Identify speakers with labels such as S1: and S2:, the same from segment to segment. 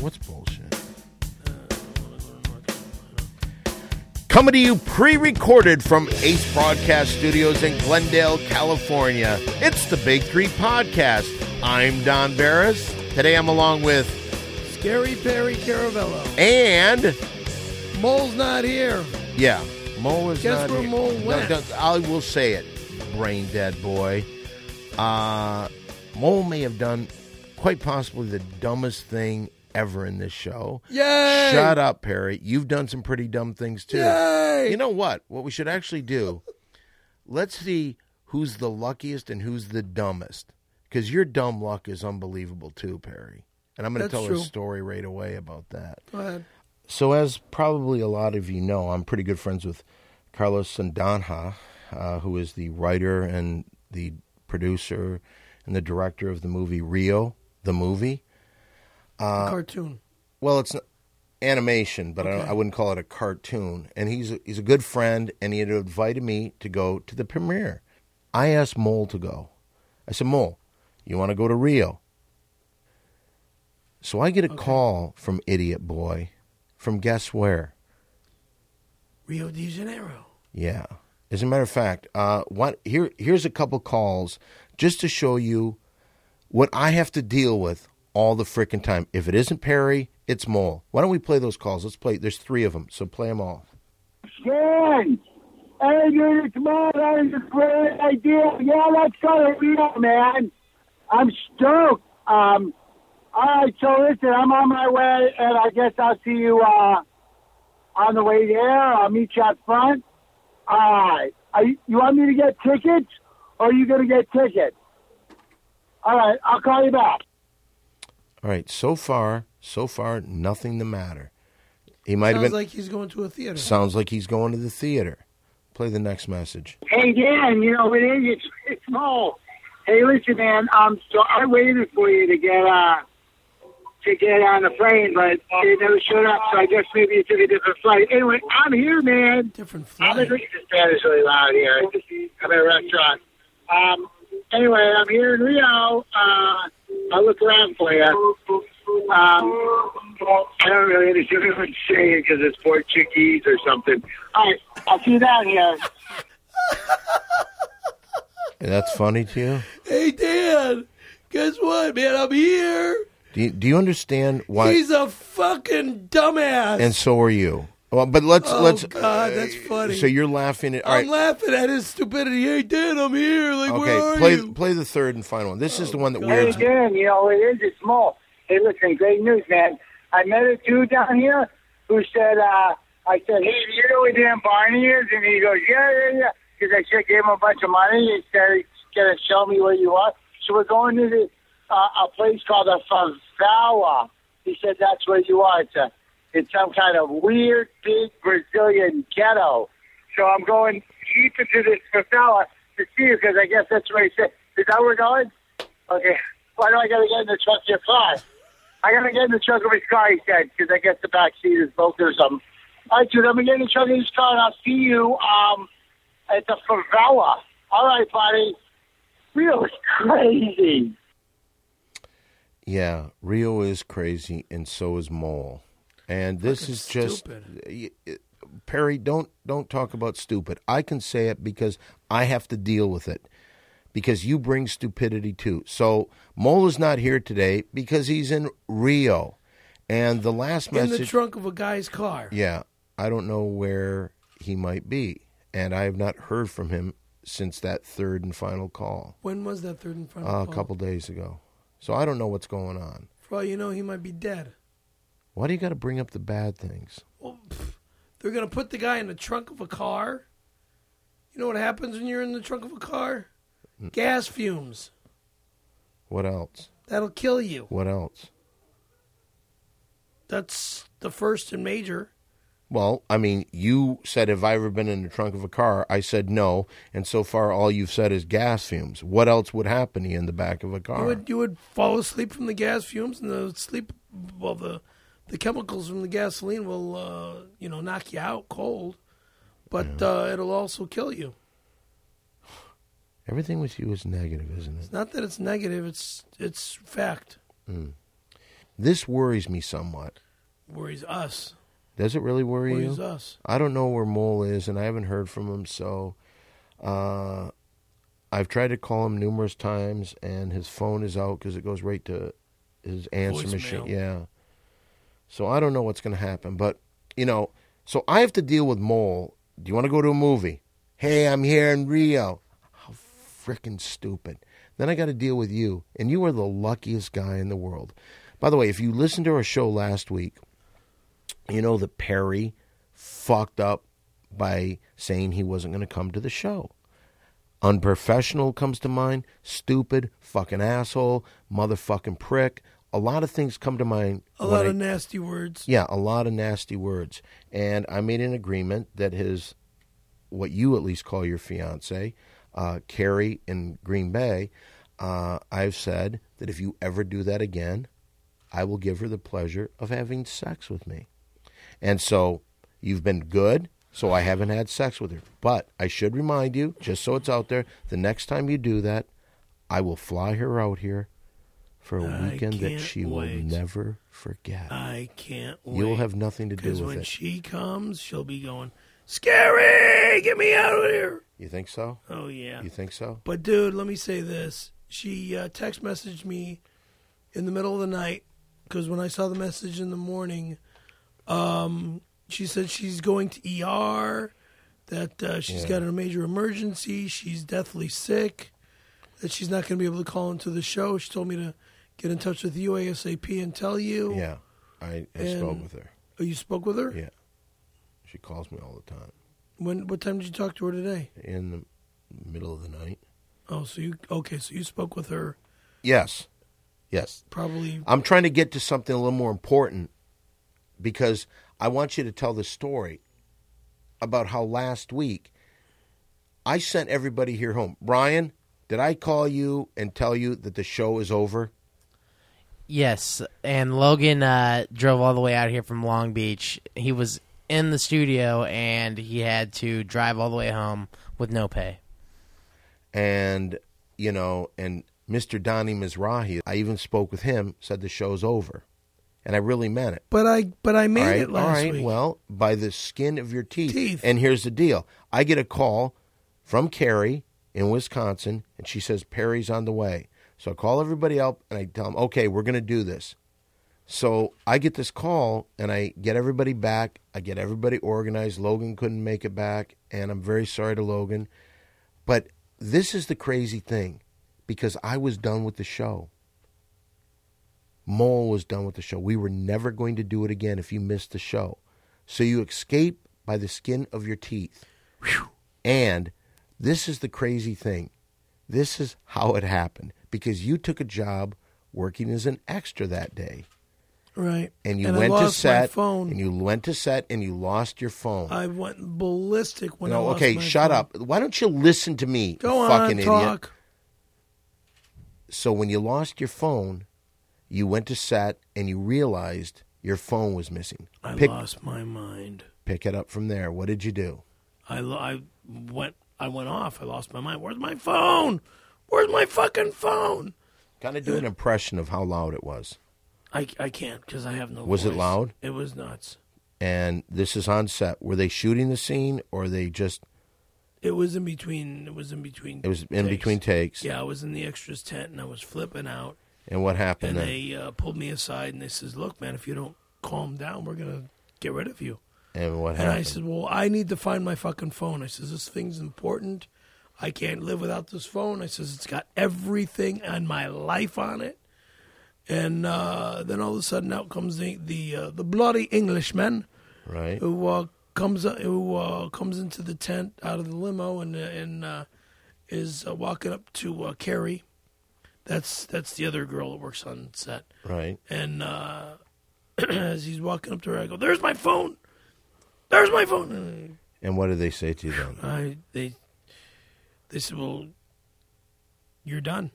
S1: What's bullshit? Coming to you pre recorded from Ace Broadcast Studios in Glendale, California. It's the Big Three Podcast. I'm Don Barris. Today I'm along with
S2: Scary Perry Caravello.
S1: and
S2: Mole's not here.
S1: Yeah, Mole is
S2: Guess
S1: not
S2: where
S1: here.
S2: Mole
S1: No,
S2: went.
S1: no, I will say it, brain dead boy. Uh, Mole may have done quite possibly the dumbest thing ever in this show.
S2: Yay!
S1: Shut up, Perry. You've done some pretty dumb things too.
S2: Yay!
S1: You know what? What we should actually do? Let's see who's the luckiest and who's the dumbest. Because your dumb luck is unbelievable too, Perry. And I'm going to
S2: That's
S1: tell a
S2: true.
S1: story right away about that.
S2: Go ahead.
S1: So, as probably a lot of you know, I'm pretty good friends with Carlos Sandanha, uh, who is the writer and the producer and the director of the movie Rio, the movie. Uh,
S2: Cartoon.
S1: Well, it's not animation, but I, I wouldn't call it a cartoon. And he's a, he's a good friend, and he had invited me to go to the premiere. I asked Mole to go. I said, Mole, you want to go to Rio? So I get a call from Idiot Boy, from guess where?
S2: Rio de Janeiro.
S1: Yeah. As a matter of fact, uh, what here here's a couple calls just to show you what I have to deal with all the freaking time. If it isn't Perry, it's Mole. Why don't we play those calls? Let's play. There's three of them, so play them all.
S3: Stan, hey, dude, come on, that is a great idea. Yeah, let's go to Rio, man. I'm stoked. Um, all right, so listen, I'm on my way, and I guess I'll see you uh, on the way there. I'll meet you out front. All right. Are you, you want me to get tickets, or are you going to get tickets? All right, I'll call you back.
S1: All right. So far, so far, nothing the matter. He might have
S2: Sounds
S1: been.
S2: like he's going to a theater.
S1: sounds like he's going to the theater. Play the next message.
S3: Hey Dan, you know it is. It's, it's Mo. Hey, listen, man. Um, so I waited for you to get uh to get on the plane, but it never showed up. So I guess maybe you took a different flight. Anyway, I'm here, man.
S2: Different flight.
S3: I'm in the Span is really loud here. I'm at a restaurant. Um, anyway, I'm here in Rio. Uh, I look around for you. Um, I don't really understand what I'm saying because it's Portuguese or something. All right, I'll see you down here.
S1: That's funny to you.
S2: Hey, Dan. Guess what, man? I'm here.
S1: Do you, do you understand why?
S2: He's a fucking dumbass.
S1: and so are you. Well, but let's
S2: Oh,
S1: let's.
S2: God, that's funny.
S1: So you're laughing at. all right.
S2: I'm laughing at his stupidity. Hey, Dan, I'm here. Like, where are
S1: Okay, play
S2: you? Oh,
S1: play the third and final one. This is the one that
S3: Hey,
S1: weirds. me.
S3: Dan, you know, it is. It's small. Hey, listen, great news, man. I met a dude down here who said, uh, I said, hey, do you know where Dan Barney is? And he goes, yeah, yeah, yeah. Because I said, gave him a bunch of money. He said, he's going to show me where you are. So we're going to the, uh, a place called the Favawa. He said, that's where you are. It's, a, it's some kind of weird, big Brazilian ghetto. So I'm going deep into this Favawa to see you because I guess that's where he said, is that where we're going? Okay. Why do I got to get in the trunk of your car? I got to get in the trunk of his car, he said, because I guess the back seat is broken or something. All right, dude, I'm going to get in the trunk of his car, and I'll see you um, at the favela. All right, buddy. Really crazy.
S1: Yeah, Rio is crazy, and so is Mole. And this
S2: Fucking
S1: is just
S2: stupid.
S1: y- y- Perry. Don't don't talk about stupid. I can say it because I have to deal with it. Because you bring stupidity too. So Mole is not here today because he's in Rio, and the last
S2: in
S1: message.
S2: the trunk of a guy's car.
S1: Yeah, I don't know where he might be, and I have not heard from him since that third and final call
S2: When was that third and final?
S1: uh, a
S2: call?
S1: couple days ago. So I don't know what's going on.
S2: For all you know, he might be dead.
S1: Why do you got to bring up the bad things?
S2: Well, pff, they're gonna put the guy in the trunk of a car. You know what happens when you're in the trunk of a car?
S1: Mm.
S2: Gas fumes.
S1: What else?
S2: That'll kill you.
S1: What else?
S2: That's the first and major.
S1: Well, I mean, you said, Have I ever been in the trunk of a car? I said no. And so far, all you've said is gas fumes. What else would happen to you in the back of a car?
S2: You would you would fall asleep from the gas fumes, and the sleep, well, the the chemicals from the gasoline will, uh, you know, knock you out cold, but uh, it'll also kill you.
S1: Everything with you is negative, isn't it?
S2: Not that it's negative; it's it's fact.
S1: This worries me somewhat.
S2: Worries us.
S1: Does it really worry
S2: Worries
S1: you?
S2: us.
S1: I don't know where Mole is, and I haven't heard from him. So, uh, I've tried to call him numerous times, and his phone is out because it goes right to his answer
S2: Voicemail.
S1: machine. Yeah. So I don't know what's going to happen, but you know, so I have to deal with Mole. Do you want to go to a movie? Hey, I'm here in Rio. How freaking stupid! Then I got to deal with you, and you are the luckiest guy in the world. By the way, if you listened to our show last week, you know that Perry fucked up by saying he wasn't going to come to the show. Unprofessional comes to mind, stupid, fucking asshole, motherfucking prick. A lot of things come to mind.
S2: A
S1: when
S2: lot
S1: I-
S2: of nasty words.
S1: yeah, a lot of nasty words. And I made an agreement that his, what you at least call your fiance, uh, Carrie in Green Bay, uh, I've said that if you ever do that again, I will give her the pleasure of having sex with me. And so you've been good, so I haven't had sex with her. But I should remind you, just so it's out there, the next time you do that, I will fly her out here for a
S2: I
S1: weekend that
S2: can't
S1: she
S2: wait.
S1: will never forget.
S2: I can't wait.
S1: You'll have nothing to do
S2: Because
S1: with
S2: when
S1: it.
S2: she comes, she'll be going, Scary! Get me out of here!
S1: you think so?
S2: Oh, yeah.
S1: You think so?
S2: But, dude, let me say this. She uh, text messaged me in the middle of the night because when I saw the message in the morning, um, she said she's going to ER, that uh, she's got a major emergency, she's deathly sick, that she's not going to be able to call into the show. She told me to get in touch with you ASAP and tell you.
S1: Yeah. I, I spoke
S2: And-
S1: with her.
S2: Oh, you spoke with her?
S1: Yeah. She calls me all the time
S2: When? What time did you talk to her today?
S1: in the middle of the night.
S2: Oh, so you okay? So you spoke with her
S1: Yes. Yes.
S2: probably.
S1: I'm trying to get to something a little more important because I want you to tell the story about how last week I sent everybody here home. Brian, did I call you and tell you that the show is over?
S4: Yes, and Logan uh, drove all the way out here from Long Beach. He was in the studio and he had to drive all the way home with no pay.
S1: and you know, and Mr. Donnie Mizrahi, I even spoke with him, said the show's over, and I really meant it.
S2: But I but I made
S1: all right,
S2: it last
S1: all right.
S2: week.
S1: Well, by the skin of your teeth.
S2: Teeth.
S1: And here's the deal: I get a call from Carrie in Wisconsin, and she says Perry's on the way. So I call everybody up, and I tell them, "Okay, we're going to do this." So I get this call and I get everybody back. I get everybody organized. Logan couldn't make it back, and I'm very sorry to Logan. But this is the crazy thing because I was done with the show. Mole was done with the show. We were never going to do it again if you missed the show. So you escape by the skin of your teeth. And this is the crazy thing. This is how it happened because you took a job working as an extra that day
S2: right.
S1: and you
S2: I
S1: went to
S2: lost my
S1: set
S2: phone.
S1: and you went to set and you lost your phone.
S2: I went ballistic when I
S1: no,
S2: lost
S1: okay,
S2: my
S1: shut
S2: phone.
S1: up. Why don't you listen to me,
S2: Go
S1: you
S2: on,
S1: fucking idiot?
S2: talk.
S1: So when you lost your phone, you went to set and you realized your phone was missing.
S2: I
S1: pick
S2: lost my mind.
S1: pick it up from there. What did you do?
S2: I lo- I went I went off. I lost my mind. Where's my phone? Where's my fucking phone?
S1: Kind of do an
S2: Uh,
S1: impression of how loud it was.
S2: I, I can't because I have no.
S1: Was it
S2: voice.
S1: loud?
S2: It was nuts.
S1: And this is on set. Were they shooting the scene or they just
S2: It was in between. It was in between.
S1: it was in between takes?
S2: Yeah, I was in the extras tent and I was flipping out.
S1: And what happened
S2: and
S1: then?
S2: they uh, pulled me aside and they says, "Look, man, if you don't calm down, we're gonna get rid of you."
S1: and what
S2: And I
S1: happened?
S2: said, "Well, I need to find my fucking phone." I says, "This thing's important. I can't live without this phone." I says, "It's got everything and my life on it." And uh, then all of a sudden, out comes the the uh, the bloody Englishman
S1: right?
S2: who uh, comes who uh, comes into the tent out of the limo and uh, and uh, is uh, walking up to uh, Carrie. That's that's the other girl that works on set.
S1: Right.
S2: And uh, as he's walking up to her, I go, "There's my phone. There's my phone." And
S1: And what did they say to you then?
S2: I they they said, "Well, you're done."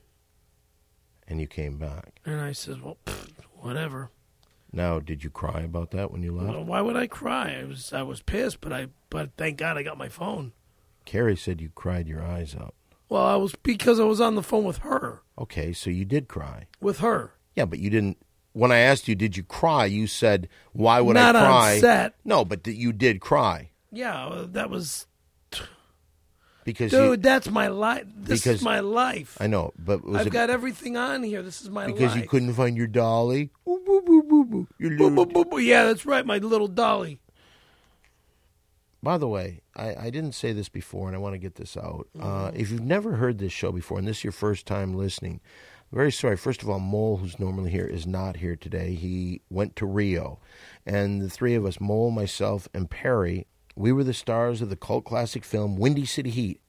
S1: And you came back.
S2: And I says, "Well, pfft, whatever.
S1: Now, did you cry about that when you left?
S2: Well, why would I cry? I was I was pissed, but I but thank God I got my phone.
S1: Carrie said you cried your eyes out.
S2: Well, I was because I was on the phone with her."
S1: Okay, so you did cry.
S2: with her.
S1: Yeah, but you didn't when I asked you, did you cry? You said, "Why would
S2: Not
S1: I
S2: on
S1: cry?"
S2: set.
S1: No, but th- you did cry
S2: Yeah, well, that was,
S1: because you-
S2: dude. That's my life. This
S1: Because-
S2: is my life.
S1: I know, but was
S2: I've
S1: it
S2: got everything on here. This is my
S1: because
S2: life.
S1: you couldn't find your dolly? Ooh, boo, boo, boo, boo. Your
S2: Boo,
S1: little-
S2: boo, boo, boo. Yeah, that's right. My little dolly.
S1: By the way, I, I didn't say this before, and I want to get this out. Uh, if you've never heard this show before, and this is your first time listening, I'm very sorry. First of all, Mole, who's normally here, is not here today. He went to Rio, and the three of us, Mole, myself, and Perry, we were the stars of the cult classic film Windy City Heat,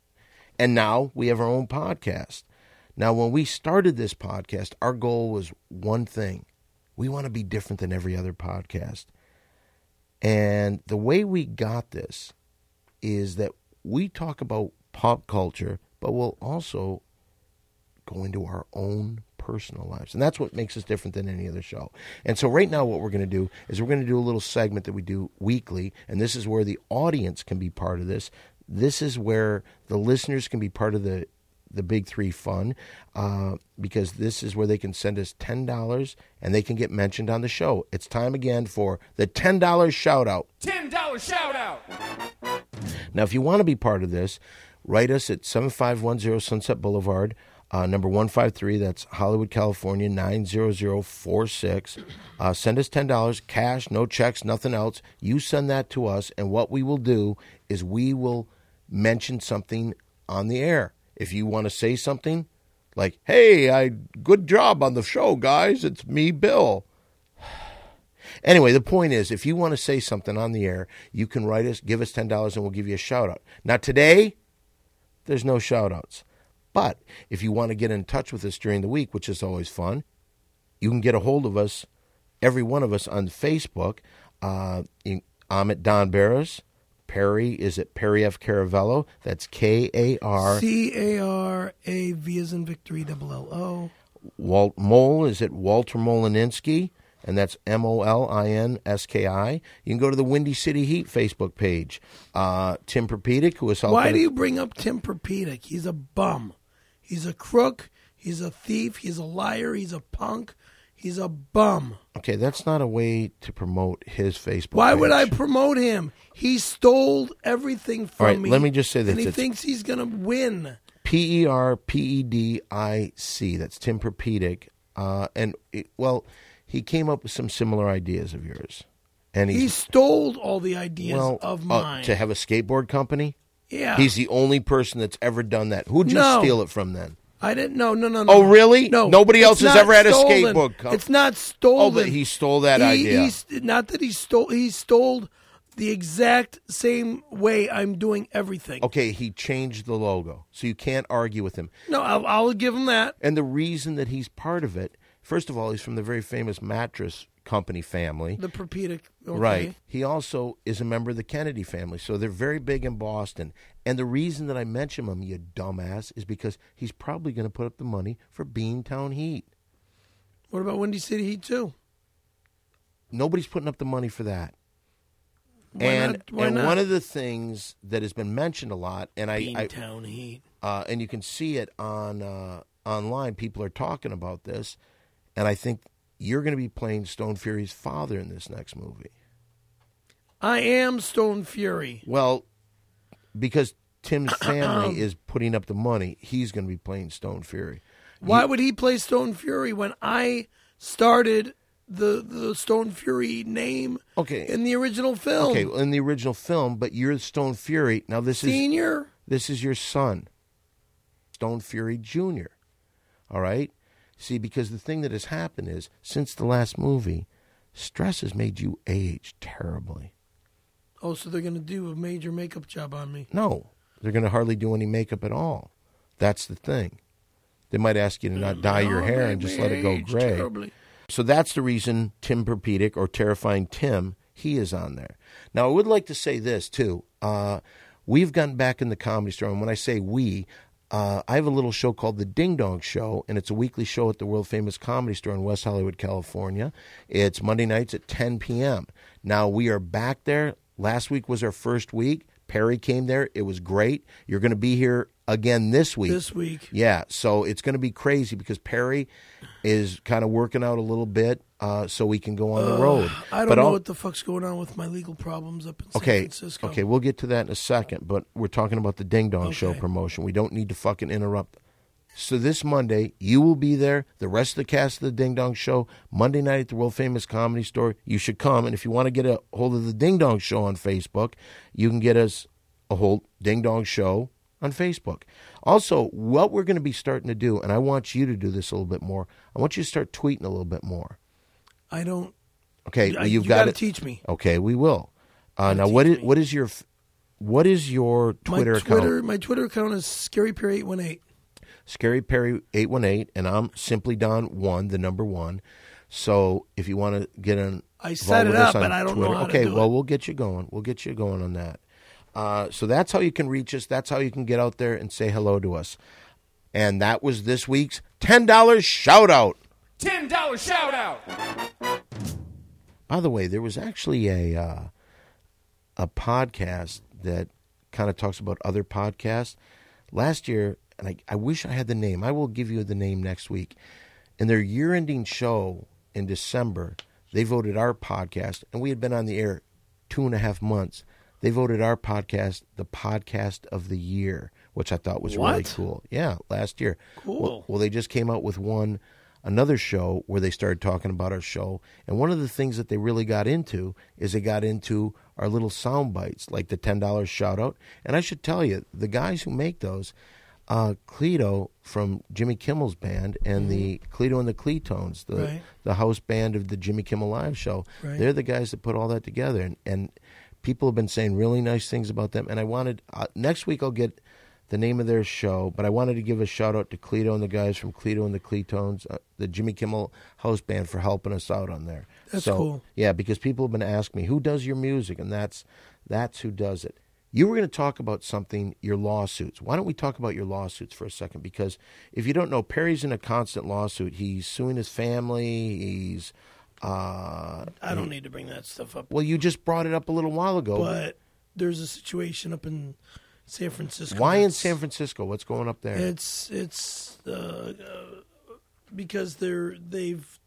S1: and now we have our own podcast. Now, when we started this podcast, our goal was one thing: we want to be different than every other podcast. And the way we got this is that we talk about pop culture, but we'll also go into our own personal lives. And that's what makes us different than any other show. And so, right now, what we're going to do is we're going to do a little segment that we do weekly. And this is where the audience can be part of this. This is where the listeners can be part of the the big three fun uh, because this is where they can send us $10 and they can get mentioned on the show. It's time again for the $10 shout out.
S5: Ten dollar shout out.
S1: Now, if you want to be part of this, write us at 7510 Sunset Boulevard, uh, number 153. That's Hollywood, California, 90046. Uh, send us $10, cash, no checks, nothing else. You send that to us, and what we will do is we will mention something on the air. If you want to say something like, hey, I good job on the show, guys. It's me, Bill. Anyway, the point is, if you want to say something on the air, you can write us, give us ten dollars, and we'll give you a shout out. Now today, there's no shout outs, but if you want to get in touch with us during the week, which is always fun, you can get a hold of us, every one of us on Facebook. Uh, in- I'm at Don Barris. Perry is at Perry F Caravello. That's K A R.
S2: C A R A V is in victory. Double L O.
S1: Walt Mole is at Walter Molininski, and that's M O L I N S K I. You can go to the Windy City Heat Facebook page. Uh, Tim Perpedic, who is helping.
S2: Why do you bring up Tim Perpedic? He's a bum. He's a crook. He's a thief. He's a liar. He's a punk. He's a bum.
S1: Okay, that's not a way to promote his Facebook.
S2: Why would I
S1: page.
S2: promote him? He stole everything from
S1: All right,
S2: me.
S1: let me just say this.
S2: And he
S1: It's-
S2: thinks he's going to win.
S1: P E R P E D I C. That's Tim Perpedic. Uh, and, it, well, he came up with some similar ideas of yours. And
S2: He
S1: he's.
S2: stole all the ideas
S1: well,
S2: of
S1: uh,
S2: mine.
S1: to have a skateboard company?
S2: yeah.
S1: He's the only person that's ever done that. Who'd you
S2: No.
S1: steal it from then?
S2: I didn't know. No, no, no.
S1: Oh, really?
S2: No.
S1: Nobody
S2: it's
S1: else has
S2: not
S1: ever had a
S2: stolen.
S1: skateboard com-
S2: It's not stolen.
S1: Oh, but he stole that
S2: He-
S1: idea.
S2: he's- not that he stole. He stole the exact same way I'm doing everything.
S1: okay, he changed the logo. So you can't argue with him.
S2: No, I'll, I'll give him that.
S1: And the reason that he's part of it, first of all, he's from the very famous mattress company family.
S2: The Propedic. Okay.
S1: Right. He also is a member of the Kennedy family. So they're very big in Boston. And the reason that I mention him, you dumbass, is because he's probably going to put up the money for Beantown Heat.
S2: What about Windy City Heat too?
S1: Nobody's putting up the money for that.
S2: Why
S1: and
S2: not? Why
S1: and
S2: not?
S1: one of the things that has been mentioned a lot, and I, I
S2: Beantown Heat.
S1: uh, and you can see it on uh, online. People are talking about this, and I think you're going to be playing Stone Fury's father in this next movie.
S2: I am Stone Fury.
S1: Well, because Tim's family is putting up the money, he's going to be playing Stone Fury.
S2: Why would he play Stone Fury when I started the the Stone Fury name
S1: Okay.
S2: in the original film?
S1: Okay, well, in the original film, but you're Stone Fury. Now this is
S2: Senior.
S1: This is your son, Stone Fury Jr. All right? See, because the thing that has happened is since the last movie, stress has made you age terribly.
S2: Oh, so they're gonna do a major makeup job on me.
S1: No, they're going to hardly do any makeup at all. That's the thing. They might ask you to not dye your
S2: Oh,
S1: hair
S2: they
S1: and just let it go
S2: aged
S1: gray.
S2: terribly.
S1: So that's the reason Tim Perpedic or Terrifying Tim, he is on there. Now, I would like to say this, too. Uh, we've gotten back in the comedy store, and when I say we, uh, I have a little show called The Ding Dong Show, and it's a weekly show at the world famous comedy store in West Hollywood, California. It's Monday nights at 10 p.m. Now, we are back there. Last week was our first week. Perry came there. It was great. You're going to be here again this week.
S2: this week.
S1: Yeah, so it's going to be crazy because Perry is kind of working out a little bit, uh, so we can go on the road.
S2: I don't
S1: But
S2: know
S1: I'll-
S2: what the fuck's going on with my legal problems up in San
S1: okay,
S2: Francisco.
S1: okay, we'll get to that in a second. But we're talking about the Ding Dong Show
S2: Okay.
S1: promotion. We don't need to fucking interrupt. So this Monday, you will be there. The rest of the cast of the Ding Dong Show Monday night at the world famous comedy store. You should come. And if you want to get a hold of the Ding Dong Show on Facebook, you can get us a hold Ding Dong Show on Facebook. Also, what we're going to be starting to do, and I want you to do this a little bit more. I want you to start tweeting a little bit more.
S2: I don't.
S1: Okay,
S2: I-
S1: well, you've
S2: you
S1: got
S2: gotta
S1: it.
S2: teach me.
S1: Okay, we will. Uh, now, what is what is your f- what is your Twitter,
S2: my Twitter,
S1: account?
S2: my Twitter account is Scary Perry eight one eight.
S1: Scary Perry eight one eight, and I'm simply Don one, the number one. So if you want to get in,
S2: I
S1: involved
S2: set it
S1: with us
S2: up,
S1: on
S2: but I don't know
S1: Twitter-
S2: how to
S1: okay,
S2: do
S1: well
S2: it.
S1: we'll get you going. We'll get you going on that. Uh, so that's how you can reach us. That's how you can get out there and say hello to us. And that was this week's ten dollars shout out.
S5: Ten dollar shout out.
S1: By the way, there was actually a uh, a podcast that kind of talks about other podcasts last year, and I, I wish I had the name. I will give you the name next week. In their year-ending show in December, they voted our podcast, and we had been on the air two and a half months. They voted our podcast the podcast of the year, which I thought was really
S2: What?
S1: cool. Yeah, last year. Cool.
S2: Cool.
S1: Well, they just came out with one another show where they started talking about our show, and one of the things that they really got into is they got into our little sound bites, like the ten dollars shout out. And I should tell you, the guys who make those, uh, Cleto from Jimmy Kimmel's band and the Cleto and the Cletones, the
S2: Mm-hmm. Right.
S1: the house band of the Jimmy Kimmel Live show,
S2: Right.
S1: they're the guys that put all that together, and and people have been saying really nice things about them. And I wanted uh, next week I'll get the name of their show, but I wanted to give a shout out to Cleto and the guys from Cleto and the Cletones, uh, the Jimmy Kimmel House Band, for helping us out on there.
S2: That's
S1: so,
S2: cool.
S1: Yeah, because people have been asking me who does your music, and that's that's who does it. You were going to talk about something, your lawsuits. Why don't we talk about your lawsuits for a second? Because if you don't know, Perry's in a constant lawsuit. He's suing his family. He's uh,
S2: I don't need to bring that stuff up.
S1: well, you just brought it up a little while ago.
S2: But there's a situation up in San Francisco.
S1: Why in
S2: that's-
S1: San Francisco? What's going up there?
S2: It's it's uh, uh, because they're they've.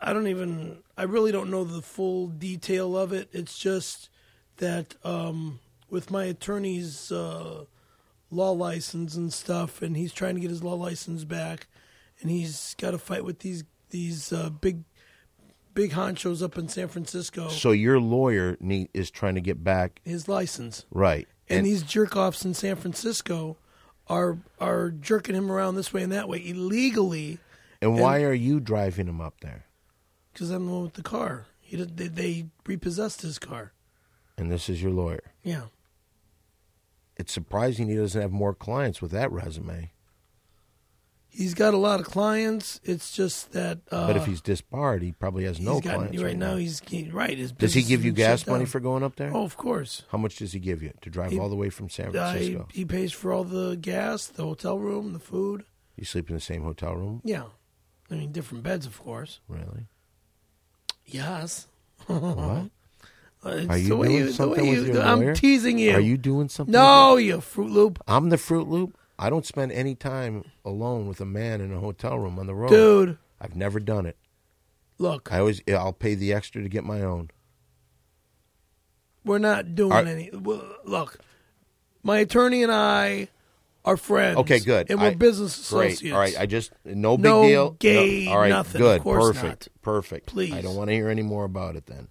S2: I don't even. I really don't know the full detail of it. It's just that um, with my attorney's uh, law license and stuff, and he's trying to get his law license back, and he's got a fight with these these uh, big big honchos up in San Francisco.
S1: so your lawyer need, is trying to get back
S2: his license.
S1: right.
S2: and, these jerk offs in San Francisco are are jerking him around this way and that way illegally
S1: and why are you driving him up there?
S2: because I'm the one with the car. He did, they, they repossessed his car.
S1: And this is your lawyer.
S2: Yeah,
S1: It's surprising he doesn't have more clients with that resume.
S2: he's got a lot of clients. It's just that. Uh,
S1: But if he's disbarred, he probably has no
S2: he's got-
S1: clients
S2: right now, he's he, right. His
S1: does he
S2: business
S1: give you
S2: has been shut
S1: gas money
S2: down.
S1: for going up there?
S2: Oh, of course.
S1: How much does he give you to drive all the way from San
S2: Uh, he,
S1: Francisco?
S2: he pays for all the gas, the hotel room, the food.
S1: you sleep in the same hotel room,
S2: Yeah, I mean different beds, of course.
S1: really?
S2: Yes.
S1: What?
S2: It's
S1: Are you
S2: the way
S1: doing
S2: the
S1: something
S2: way
S1: with your
S2: I'm
S1: lawyer?
S2: teasing you.
S1: Are you doing something? with
S2: No, you Fruit Loop.
S1: it? I'm the Fruit Loop. I don't spend any time alone with a man in a hotel room on the road.
S2: Dude,
S1: I've never done it.
S2: look,
S1: I always I'll pay the extra to get my own.
S2: we're not doing
S1: Are-
S2: any. well, Look, my attorney and I are friends.
S1: Okay, good.
S2: And we're
S1: I-
S2: business
S1: Great.
S2: associates.
S1: All right. I just no big
S2: No
S1: deal.
S2: gay,
S1: all right.
S2: nothing.
S1: Good.
S2: Of course
S1: Perfect. Perfect.
S2: Please.
S1: I don't want to hear any more about it then.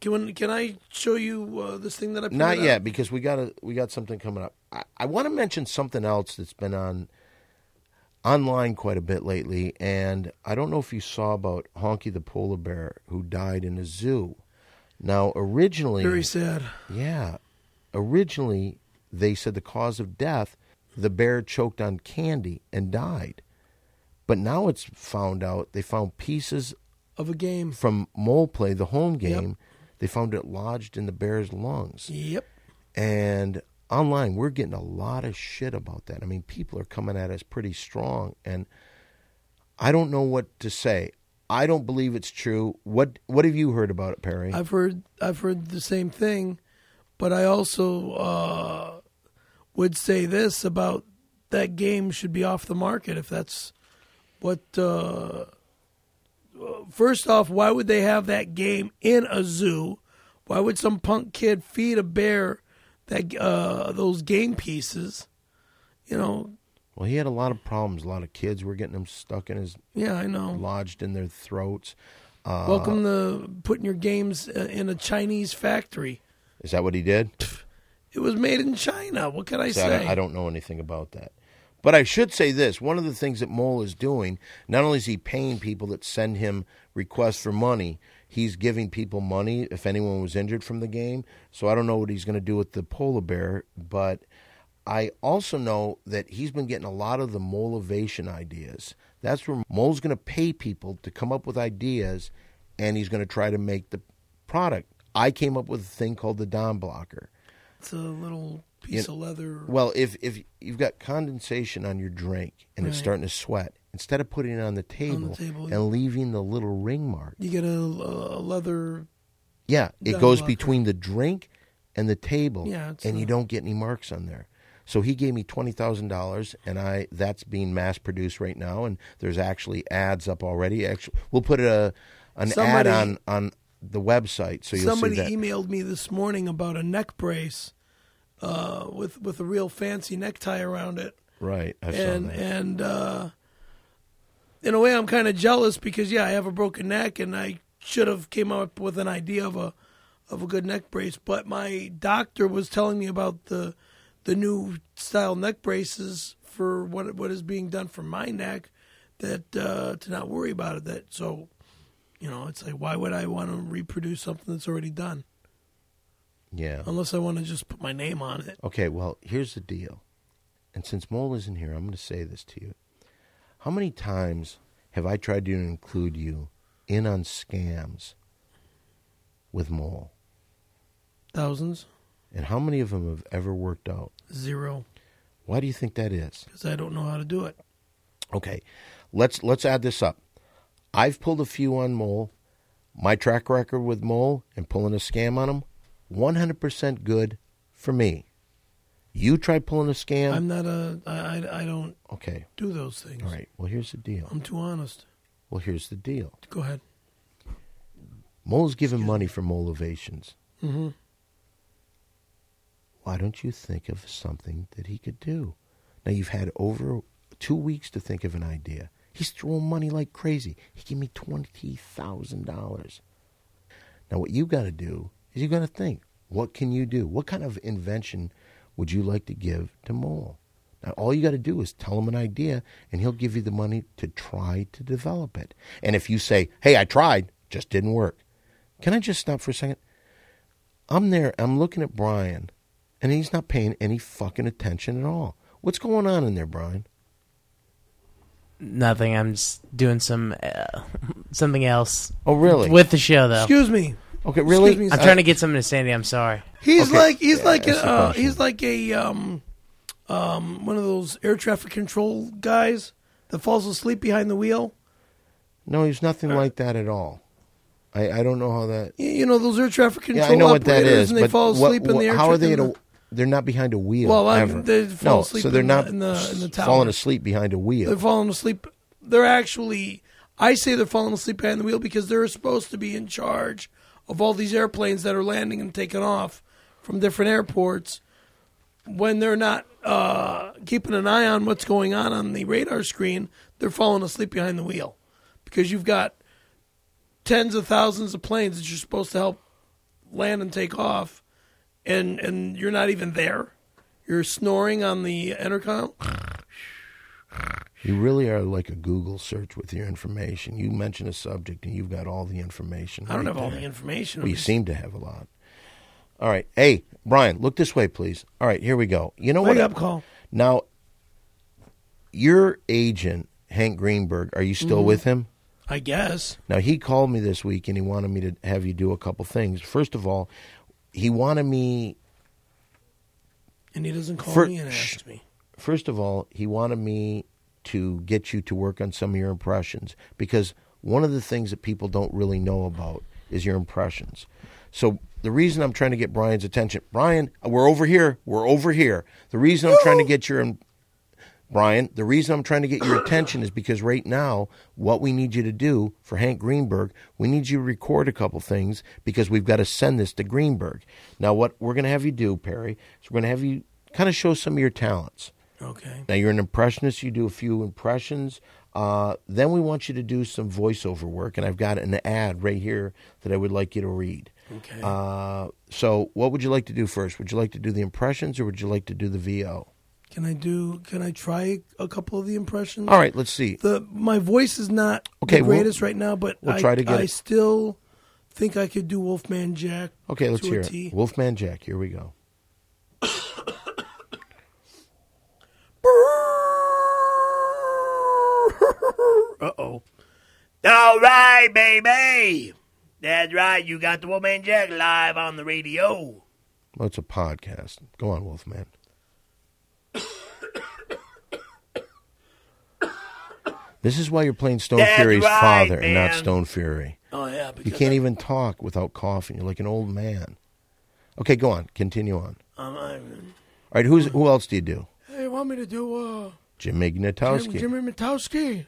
S2: can, can I show you uh, this thing that I put
S1: Not
S2: up?
S1: yet, because we got a we got something coming up. I, I want to mention something else that's been on online quite a bit lately, and I don't know if you saw about Honky the polar bear who died in a zoo. Now, originally,
S2: Very sad.
S1: yeah, originally they said the cause of death the bear choked on candy and died, but now it's found out they found pieces
S2: Of a game.
S1: from mole play, the home game. They found it lodged in the bear's lungs.
S2: Yep.
S1: And online, we're getting a lot of shit about that. I mean, people are coming at us pretty strong, and I don't know what to say. I don't believe it's true. What What have you heard about it, Perry?
S2: I've heard I've heard the same thing, but I also uh, would say this about that game should be off the market if that's what. Uh, first off, why would they have that game in a zoo? Why would some punk kid feed a bear that uh, those game pieces? You know,
S1: Well, he had a lot of problems. A lot of kids were getting him stuck in his,
S2: yeah, I know.
S1: lodged in their throats. Uh,
S2: Welcome to putting your games uh, in a Chinese factory.
S1: is that what he did?
S2: It was made in China. What can I
S1: So I
S2: say?
S1: don't, I don't know anything about that. But I should say this: one of the things that Mole is doing, not only is he paying people that send him requests for money, he's giving people money if anyone was injured from the game. So I don't know what he's going to do with the polar bear, but I also know that he's been getting a lot of the motivation ideas. That's where Mole's going to pay people to come up with ideas, and he's going to try to make the product. I came up with a thing called the Don Blocker.
S2: It's a little piece of leather.
S1: Well, if if you've got condensation on your drink and it's starting to sweat, instead of putting it on the table,
S2: table, yeah.
S1: and leaving the little ring mark,
S2: You get a, a leather.
S1: yeah, it
S2: Down
S1: goes
S2: locker.
S1: between the drink and the table,
S2: Yeah, it's uh,
S1: and you
S2: a-
S1: don't get any marks on there. So he gave me twenty thousand dollars, and I that's being mass produced right now, and there's actually ads up already. Actually, we'll put a an ad
S2: Somebody-
S1: on on the website, so you'll
S2: Somebody
S1: see that.
S2: emailed me this morning about a neck brace uh, with with a real fancy necktie around it,
S1: right, I saw
S2: and
S1: that.
S2: and uh, in a way, I'm kind of jealous because yeah, I have a broken neck, and I should have came up with an idea of a of a good neck brace. But my doctor was telling me about the the new style neck braces for what what is being done for my neck that uh, to not worry about it. That so. You know, it's like why would I want to reproduce something that's already done?
S1: yeah,
S2: Unless I want to just put my name on it.
S1: Okay, well, here's the deal. And since Mole isn't here, I'm going to say this to you. How many times have I tried to include you in on scams with Mole?
S2: Thousands?
S1: And how many of them have ever worked out?
S2: Zero.
S1: Why do you think that is?
S2: Because I don't know how to do it.
S1: Okay, let's let's add this up. I've pulled a few on Mole. My track record with Mole and pulling a scam on him, 100% good for me. You try pulling a scam.
S2: I'm not a. I, I, I don't
S1: okay,
S2: do those things.
S1: all right. Well, here's the deal.
S2: I'm too honest.
S1: Well, here's the deal.
S2: Go ahead.
S1: Mole's giving money for motivations.
S2: Mm-hmm.
S1: Why don't you think of something that he could do? Now you've had over two weeks to think of an idea. He's throwing money like crazy. He gave me twenty thousand dollars. Now what you got to do is you got to think. What can you do? What kind of invention would you like to give to Mole? Now all you got to do is tell him an idea, and he'll give you the money to try to develop it. And if you say, "Hey, I tried, just didn't work," can I just stop for a second? I'm there, I'm looking at Brian, and he's not paying any fucking attention at all. What's going on in there, Brian?
S4: Nothing. I'm just doing some uh, something else
S1: Oh, really?
S4: with the show though.
S2: Excuse me.
S1: okay, really?
S2: excuse me,
S4: I'm
S2: sir.
S1: I-
S4: trying to get something to Sandy. I'm sorry.
S2: He's
S1: Okay.
S2: like he's
S1: Yeah,
S2: like
S1: that's
S2: a,
S1: the
S2: uh,
S1: question.
S2: he's like a um um one of those air traffic control guys that falls asleep behind the wheel.
S1: no, he's nothing like that at all. I, I don't know how that.
S2: Y- You know those air traffic control
S1: Yeah, I know what that
S2: operators,
S1: is.
S2: and they
S1: but
S2: fall
S1: what-
S2: asleep in
S1: what-
S2: the air.
S1: how are they?
S2: in
S1: At a,
S2: the-
S1: they're not behind a wheel.
S2: Well, I'm-
S1: ever.
S2: they fall
S1: no,
S2: asleep
S1: so they're
S2: in the-
S1: not
S2: in the- in the tower.
S1: falling asleep behind a wheel.
S2: they're falling asleep. They're actually, I say they're falling asleep behind the wheel because they're supposed to be in charge of all these airplanes that are landing and taking off from different airports when they're not uh, keeping an eye on what's going on on the radar screen, they're falling asleep behind the wheel because you've got tens of thousands of planes that you're supposed to help land and take off, and and you're not even there. You're snoring on the intercom.
S1: You really are like a Google search with your information. You mention a subject and you've got all the information.
S2: I don't
S1: right
S2: have all
S1: there.
S2: the information.
S1: Well,
S2: I'm
S1: you
S2: just-
S1: seem to have a lot. All right. Hey, Brian, look this way, please. All right, here we go. You know
S2: Wake
S1: what?
S2: up call.
S1: Now, your agent, Hank Greenberg, are you still with him?
S2: I guess.
S1: Now, he called me this week and he wanted me to have you do a couple things. First of all, he wanted me,
S2: And he doesn't call
S1: For-
S2: me and
S1: Shh.
S2: ask me.
S1: first of all, he wanted me to get you to work on some of your impressions because one of the things that people don't really know about is your impressions. So the reason I'm trying to get Brian's attention, Brian, we're over here. We're over here. The reason I'm trying to get your Brian, the reason I'm trying to get your attention is because right now, what we need you to do for Hank Greenberg, we need you to record a couple things because we've got to send this to Greenberg. Now, what we're going to have you do, Perry, is we're going to have you kind of show some of your talents.
S2: Okay.
S1: Now, you're an impressionist, you do a few impressions. Uh, then we want you to do some voiceover work, and I've got an ad right here that I would like you to read.
S2: Okay.
S1: Uh, so, what would you like to do first? Would you like to do the impressions or would you like to do the VO?
S2: Can I do? Can I try a couple of the impressions?
S1: All right, let's see.
S2: The my voice is not
S1: Okay,
S2: the
S1: we'll-
S2: greatest right now, but
S1: we'll
S2: I,
S1: try to get
S2: I
S1: it.
S2: still think I could do Wolfman Jack.
S1: Okay, let's
S2: to a
S1: hear
S2: T.
S1: it. Wolfman Jack, here we go.
S2: Uh oh. All right, baby. That's right. You got the Wolfman Jack live on the radio.
S1: Well, it's a podcast. Go on, Wolfman. this is why you're playing Stone
S2: That's
S1: Fury's
S2: right,
S1: father and not
S2: man.
S1: Stone Fury.
S2: Oh yeah,
S1: You
S2: because
S1: can't even talk without coughing. You're like an old man. Okay, go on. Continue on.
S2: I'm, I'm,
S1: All right, who's who else do you do?
S2: hey, want me to do uh?
S1: Jimmy Ignatowski.
S2: Jim- Jimmy Mitowski.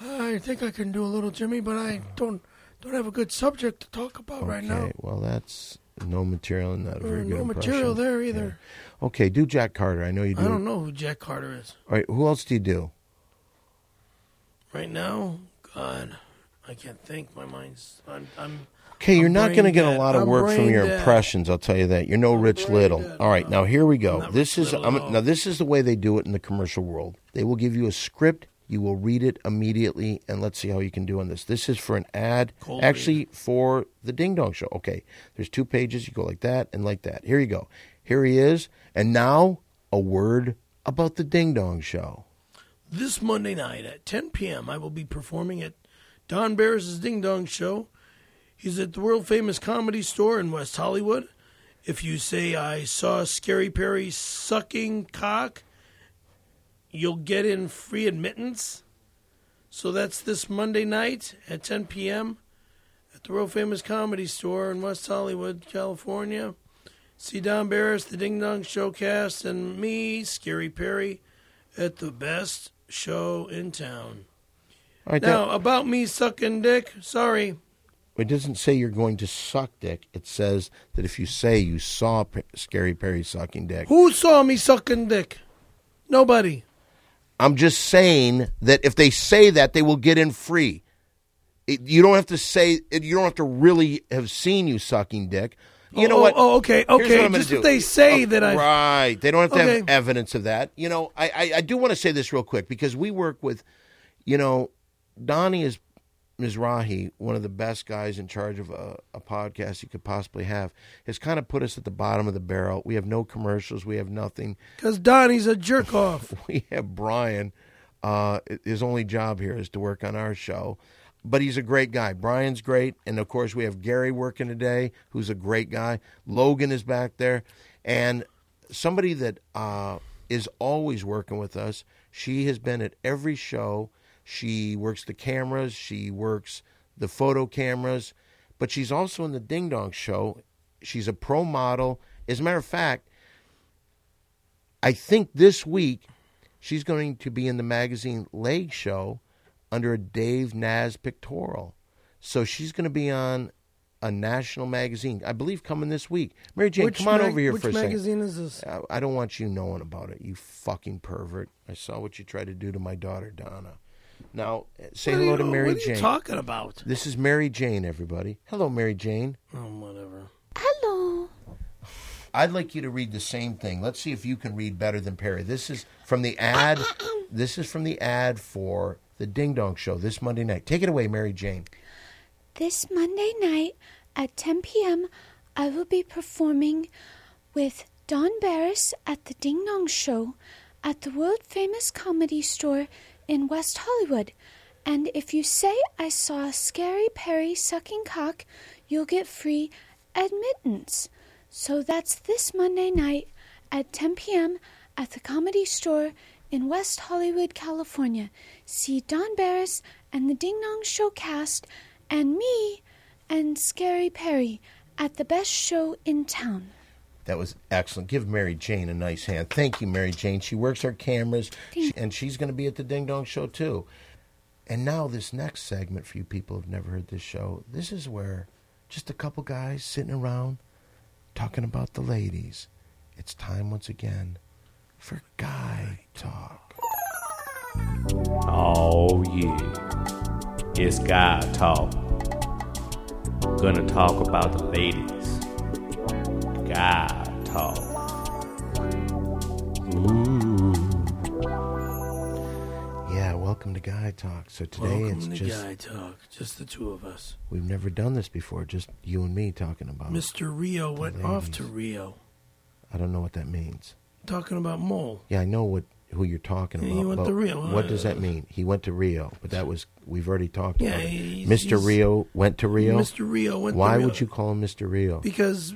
S2: I think I can do a little Jimmy, but I don't don't have a good subject to talk about
S1: okay,
S2: right now.
S1: well that's no material and not a very
S2: Uh,
S1: good
S2: no
S1: impression.
S2: material there either.
S1: Okay, do Jack Carter. I know you do.
S2: I don't know who Jack Carter is
S1: All right, who else do you do?
S2: right now. God, I can't think. My mind's I'm. I'm
S1: Okay, you're
S2: I'm
S1: not
S2: brain
S1: going to get a
S2: dead.
S1: lot of
S2: I'm
S1: work from
S2: brain
S1: your
S2: dead.
S1: impressions. I'll tell you that. You're no Rich
S2: brain
S1: Little.
S2: dead.
S1: All right, now here we
S2: I'm
S1: go.
S2: not
S1: This
S2: Rich
S1: is
S2: Little
S1: I'm,
S2: at all.
S1: now this is the way they do it in the commercial world. They will give you a script. You will read it immediately, and let's see how you can do on this. This is for an ad,
S2: Cold read.
S1: actually for the Ding Dong Show. Okay, there's two pages. You go like that and like that. Here you go. Here he is, and now a word about the Ding Dong Show.
S2: This Monday night at 10 p.m., I will be performing at Don Barris' Ding Dong Show. He's at the world famous comedy store in West Hollywood. If you say I saw Scary Perry sucking cock, you'll get in free admittance. So that's this Monday night at 10 p.m. at the world famous comedy store in West Hollywood, California. See Don Barris, the Ding Dong Showcast, and me, Scary Perry at the best show in town.
S1: All right, that-
S2: Now, about me sucking dick, sorry.
S1: It doesn't say you're going to suck dick. It says that if you say you saw P- Scary Perry sucking dick,
S2: Who saw me sucking dick? Nobody.
S1: I'm just saying that if they say that, they will get in free. It, you don't have to say. It, you don't have to really have seen you sucking dick. You know
S2: oh,
S1: what?
S2: oh, okay,
S1: Here's
S2: okay,
S1: what I'm gonna
S2: just if
S1: do. Oh,
S2: they say that I-
S1: right. They don't have to have
S2: Okay.
S1: evidence of that. You know, I, I I do want to say this real quick because we work with, you know, Donnie is Mizrahi, one of the best guys in charge of a, a podcast you could possibly have, has kind of put us at the bottom of the barrel. We have no commercials. We have nothing
S2: Because Donnie's a jerk off.
S1: we have Brian. Uh, his only job here is to work on our show, but he's a great guy. Brian's great, and of course we have Gary working today, who's a great guy. Logan is back there, and somebody that uh, is always working with us. She has been at every show. She works the cameras. She works the photo cameras, but she's also in the Ding Dong Show. She's a pro model. As a matter of fact, I think this week she's going to be in the magazine Leg Show under a Dave Naz pictorial. So she's going to be on a national magazine, I believe, coming this week. Mary Jane, come on
S2: mag-
S1: over here
S2: which
S1: for a second.
S2: magazine is this?
S1: I- I don't want you knowing about it, you fucking pervert. I saw what you tried to do to my daughter, Donna. Now, say
S2: What are
S1: hello
S2: you-
S1: to Mary
S2: what are
S1: Jane.
S2: you talking about?
S1: this is Mary Jane, everybody. Hello, Mary Jane.
S2: Oh, whatever.
S1: I'd like you to read the same thing. Let's see if you can read better than Perry. This is from the ad. This is from the ad for the Ding Dong Show this Monday night. Take it away, Mary Jane.
S6: This Monday night at 10 p.m., I will be performing with Don Barris at the Ding Dong Show at the world famous comedy store in West Hollywood. And if you say I saw Scary Perry sucking cock, you'll get free admittance. So that's this Monday night at 10 p.m. at the Comedy Store in West Hollywood, California. See Don Barris and the Ding Dong Show cast and me and Scary Perry at the best show in town.
S1: That was excellent. Give Mary Jane a nice hand. Thank you, Mary Jane. She works her cameras, she, and she's going to be at the Ding Dong Show too. And now this next segment for you people who've never heard this show. This is where just a couple guys sitting around talking about the ladies. It's time once again for guy talk.
S7: Oh yeah, it's guy talk. Gonna talk about the ladies. Guy talk. Ooh.
S1: Yeah, welcome to guy talk. So today it's
S2: Welcome to
S1: just
S2: Guy Talk. Just the two of us.
S1: we've never done this before. Just you and me talking about.
S2: Mr. Rio went off to Rio
S1: I don't know what that means.
S2: talking about mole.
S1: Yeah, I know what who you're talking
S2: Yeah,
S1: about.
S2: he went
S1: but
S2: to Rio,
S1: What
S2: huh?
S1: does that mean? He went to Rio, but that was we've already talked
S2: Yeah,
S1: about it.
S2: he's-
S1: Mr.
S2: he's-
S1: Rio went to Rio.
S2: Mr. Rio went
S1: Why
S2: to Rio.
S1: would you call him Mr. Rio?
S2: Because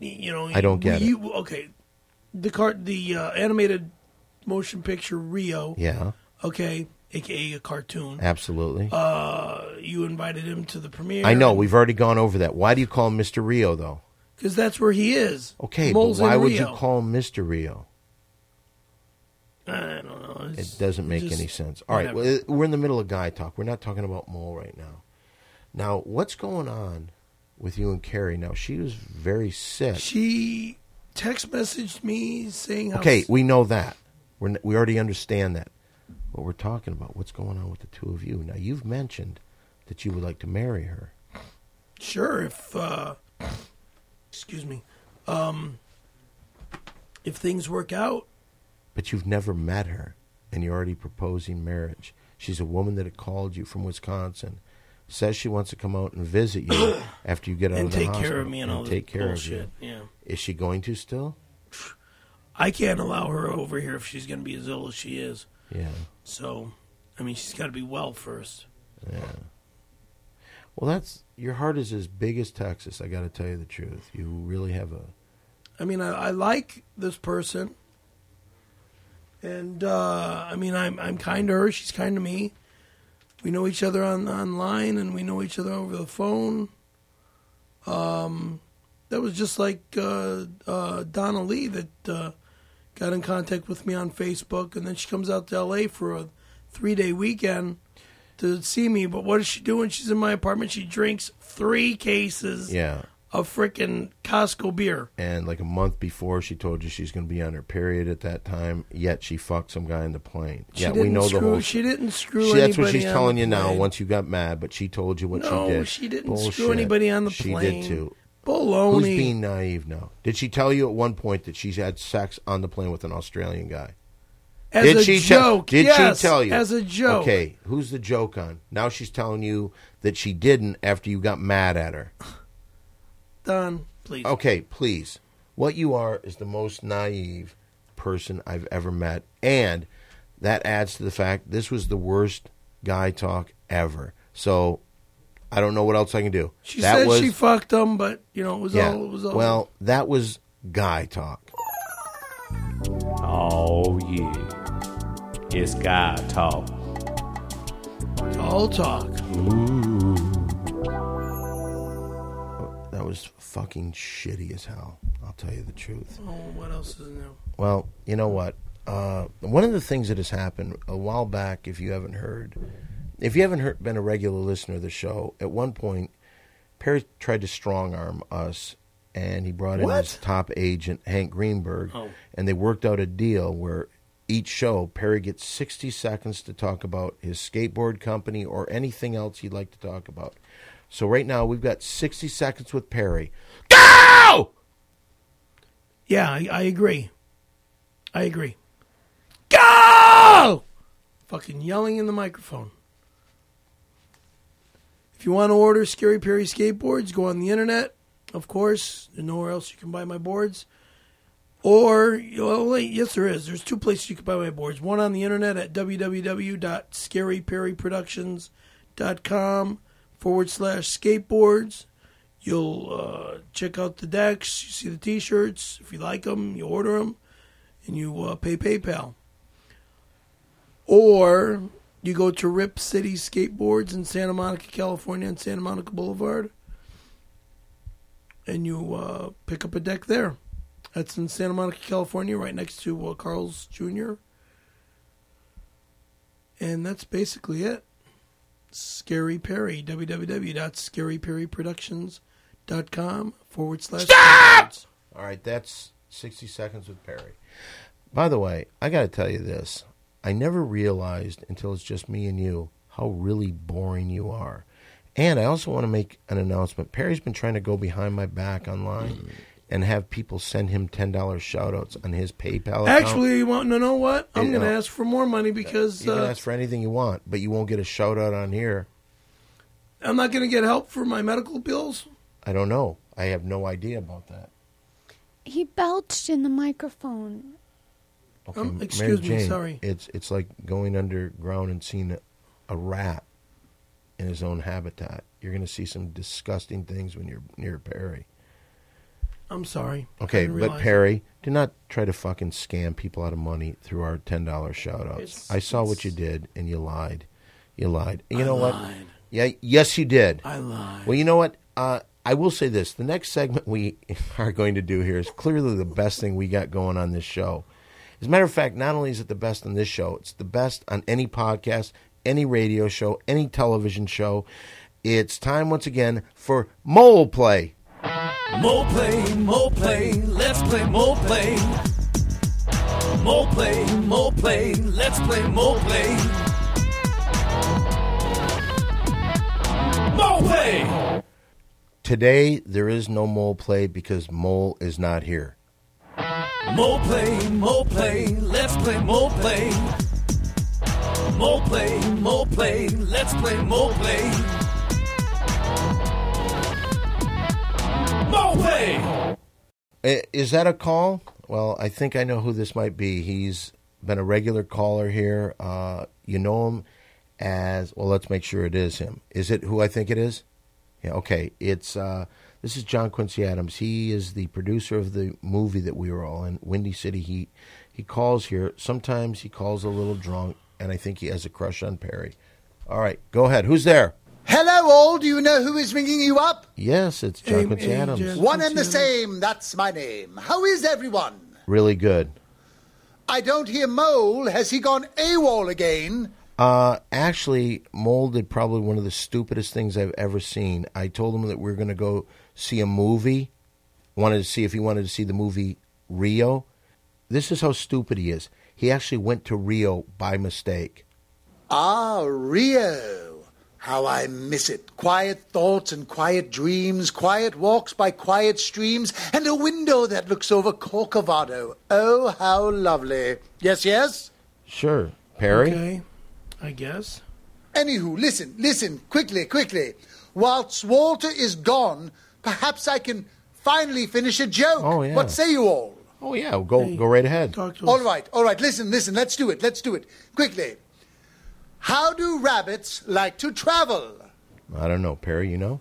S2: you know
S1: I don't get it.
S2: you, Okay, the car, the uh, animated motion picture Rio.
S1: yeah,
S2: Okay, aka a cartoon.
S1: absolutely.
S2: Uh, you invited him to the premiere.
S1: I know we've already gone over that. Why do you call him Mr. Rio though?
S2: because that's where he is.
S1: Okay,
S2: Mole's
S1: but why
S2: in
S1: would
S2: Rio.
S1: you call him Mr. Rio?
S2: I don't know.
S1: It
S2: It's-
S1: doesn't make
S2: just-
S1: any sense. All right,
S2: whatever.
S1: well, we're in the middle of guy talk. We're not talking about mole right now. Now, what's going on with you and Carrie? Now, she was very sick.
S2: She text messaged me saying, how
S1: Okay, we know that. We're, we already understand that. What we're talking about, what's going on with the two of you. Now, you've mentioned that you would like to marry her.
S2: sure if uh excuse me um if things work out
S1: but you've never met her and you're already proposing marriage. She's a woman that had called you from Wisconsin, says she wants to come out and visit you after you get out
S2: and
S1: of the
S2: take
S1: hospital.
S2: care of me and, all this
S1: take care
S2: bullshit
S1: of you.
S2: yeah
S1: Is she going to still?
S2: i can't allow her over here if she's going to be as ill as she is
S1: Yeah.
S2: so i mean she's got to be well first
S1: Well, that's your heart is as big as Texas. I got to tell you the truth. You really have a
S2: i mean i, I like this person and uh i mean i'm i'm kind to her she's kind to me we know each other on online and we know each other over the phone um that was just like uh, uh, Donna Lee that uh, got in contact with me on Facebook, and then she comes out to LA for a three day weekend to see me. But what is she doing? She's in my apartment. She drinks three cases
S1: yeah.
S2: of freaking Costco beer.
S1: And like a month before, she told you she's going to be on her period at that time. Yet she fucked some guy in the plane.
S2: She
S1: yeah,
S2: didn't
S1: we know
S2: screw,
S1: the whole.
S2: She didn't screw.
S1: See, that's what
S2: anybody
S1: she's
S2: on
S1: telling
S2: the
S1: you now.
S2: plane.
S1: Once you got mad, but she told you what
S2: no,
S1: she did.
S2: she didn't
S1: Bullshit.
S2: screw anybody on the plane.
S1: She did too.
S2: Baloney.
S1: Who's being naive now? Did she tell you at one point that she's had sex on the plane with an Australian guy?
S2: As
S1: did
S2: a
S1: she tell?
S2: joke.
S1: Did
S2: yes,
S1: she tell you
S2: as a joke?
S1: Okay, who's the joke on? Now she's telling you that she didn't after you got mad at her.
S2: Done. Please.
S1: Okay, please. What you are is the most naive person I've ever met. And that adds to the fact this was the worst guy talk ever. So I don't know what else I can do.
S2: She
S1: that
S2: said
S1: was,
S2: she fucked him, but you know it was
S1: yeah.
S2: all. It was all.
S1: Well, that was guy talk.
S7: Oh yeah, it's guy talk.
S2: it's all talk.
S1: That was fucking shitty as hell. I'll tell you the truth.
S2: Oh, what else is new?
S1: Well, you know what? Uh, one of the things that has happened a while back, if you haven't heard, if you haven't heard, been a regular listener of the show, at one point, Perry tried to strong arm us, and he brought in his
S2: What?
S1: top agent, Hank Greenberg,
S2: Oh.
S1: and they worked out a deal where each show, Perry gets 60 seconds to talk about his skateboard company or anything else he'd like to talk about. So right now, we've got 60 seconds with Perry. Go!
S2: Yeah, I, I agree. I agree. Go! Fucking yelling in the microphone. If you want to order Scary Perry skateboards, go on the internet. Of course, there's nowhere else you can buy my boards. Or, well, wait, yes, there is. There's two places you can buy my boards. One on the internet at www.scaryperryproductions.com forward slash skateboards. You'll uh, check out the decks. You see the T-shirts. If you like them, you order them, and you uh, pay PayPal. Or You go to Rip City Skateboards in Santa Monica, California, on Santa Monica Boulevard, and you uh, pick up a deck there. That's in Santa Monica, California, right next to uh, Carl's Jr. And that's basically it. Scary Perry, www.scaryperryproductions.com forward slash. skateboards.
S1: All right, that's 60 Seconds with Perry. By the way, I got to tell you this. I never realized until it's just me and you how really boring you are. And I also want to make an announcement. Perry's been trying to go behind my back online and have people send him $10 shout outs on his PayPal account.
S2: Actually, you want to know what? I'm
S1: Yeah,
S2: going to
S1: no.
S2: ask for more money because
S1: you can
S2: uh,
S1: ask for anything you want, but you won't get a shout out on here.
S2: I'm not going to get help for my medical bills.
S1: I don't know. I have no idea about that.
S6: He belched in the microphone.
S1: Okay,
S2: Um,
S1: Mary
S2: excuse me,
S1: Jane,
S2: sorry.
S1: It's it's like going underground and seeing a, a rat in his own habitat. You're going to see some disgusting things when you're near Perry.
S2: I'm sorry. I
S1: Okay,
S2: didn't
S1: but
S2: realize.
S1: Perry, do not try to fucking scam people out of money through our ten dollars shout outs.
S2: It's-
S1: I saw what you did and you lied. You lied. And you know what?
S2: lied.
S1: Yeah, yes you did.
S2: I lied.
S1: Well, you know what? Uh, I will say this: the next segment we are going to do here is clearly the best thing we got going on this show. As a matter of fact, not only is it the best on this show, it's the best on any podcast, any radio show, any television show. It's time once again for mole play.
S8: Mole play, mole play, let's play mole play. Mole play, mole play, let's play mole play. Mole play!
S1: Today there is no mole play because mole is not here.
S8: Mole play, mole play, let's play mole play. Mole play, mole play, let's play mole play. Mole play!
S1: I- Eh, Is that a call? Well, I think I know who this might be. He's been a regular caller here. Uh, you know him as well. Let's make sure it is him. Is it who I think it is? Yeah. Okay. It's uh, this is John Quincy Adams. He is the producer of the movie that we were all in, Windy City Heat. He calls here. Sometimes he calls a little drunk, and I think he has a crush on Perry. All right, go ahead. Who's there?
S9: Hello, all. Do you know who is ringing you up?
S1: Yes, it's John
S2: Hey,
S1: Quincy
S2: hey,
S1: Adams.
S2: John.
S9: One and the same. That's my name. How is everyone?
S1: Really good.
S9: I don't hear Mole. Has he gone AWOL again?
S1: Uh, actually, Mole did probably one of the stupidest things I've ever seen. I told him that we are going to go see a movie. Wanted to see if he wanted to see the movie Rio. This is how stupid he is. He actually went to Rio by mistake.
S9: Ah, Rio. How I miss it. Quiet thoughts and quiet dreams, quiet walks by quiet streams, and a window that looks over Corcovado. Oh, how lovely. Yes, yes?
S1: Sure, Perry.
S2: Okay, I guess.
S9: Anywho, listen, listen, quickly, quickly. Whilst Walter is gone, perhaps I can finally finish a joke.
S1: Oh, yeah.
S9: What say you all?
S1: Oh yeah, go go right ahead.
S2: Talk to us.
S9: All right, all right, listen, listen, let's do it, let's do it. Quickly. How do rabbits like to travel?
S1: I don't know, Perry. You know?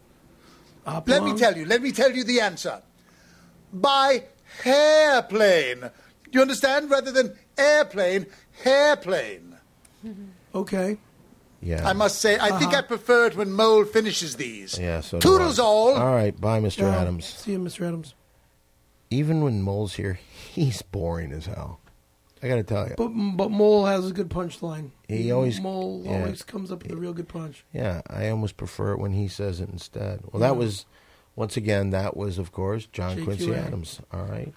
S2: Hop
S9: Let
S2: along.
S9: me tell you, let me tell you the answer. By hairplane. You understand? Rather than airplane, hairplane.
S2: Okay.
S1: Yeah.
S9: I must say, I
S1: Uh-huh.
S9: think I prefer it when Mole finishes these.
S1: Yeah. So do
S9: Toodles
S1: I.
S9: all.
S1: All right. Bye, Mister
S2: Yeah.
S1: Adams.
S2: Uh, See you, Mr. Adams.
S1: Even when Mole's here, he's boring as hell. I got to tell you.
S2: But but Mole has a good punchline.
S1: He always-
S2: Mole
S1: yeah.
S2: always comes up with a real good punch.
S1: Yeah, I almost prefer it when he says it instead. Well, that was, once again, that was, of course, John
S2: JQA.
S1: Quincy Adams. All right.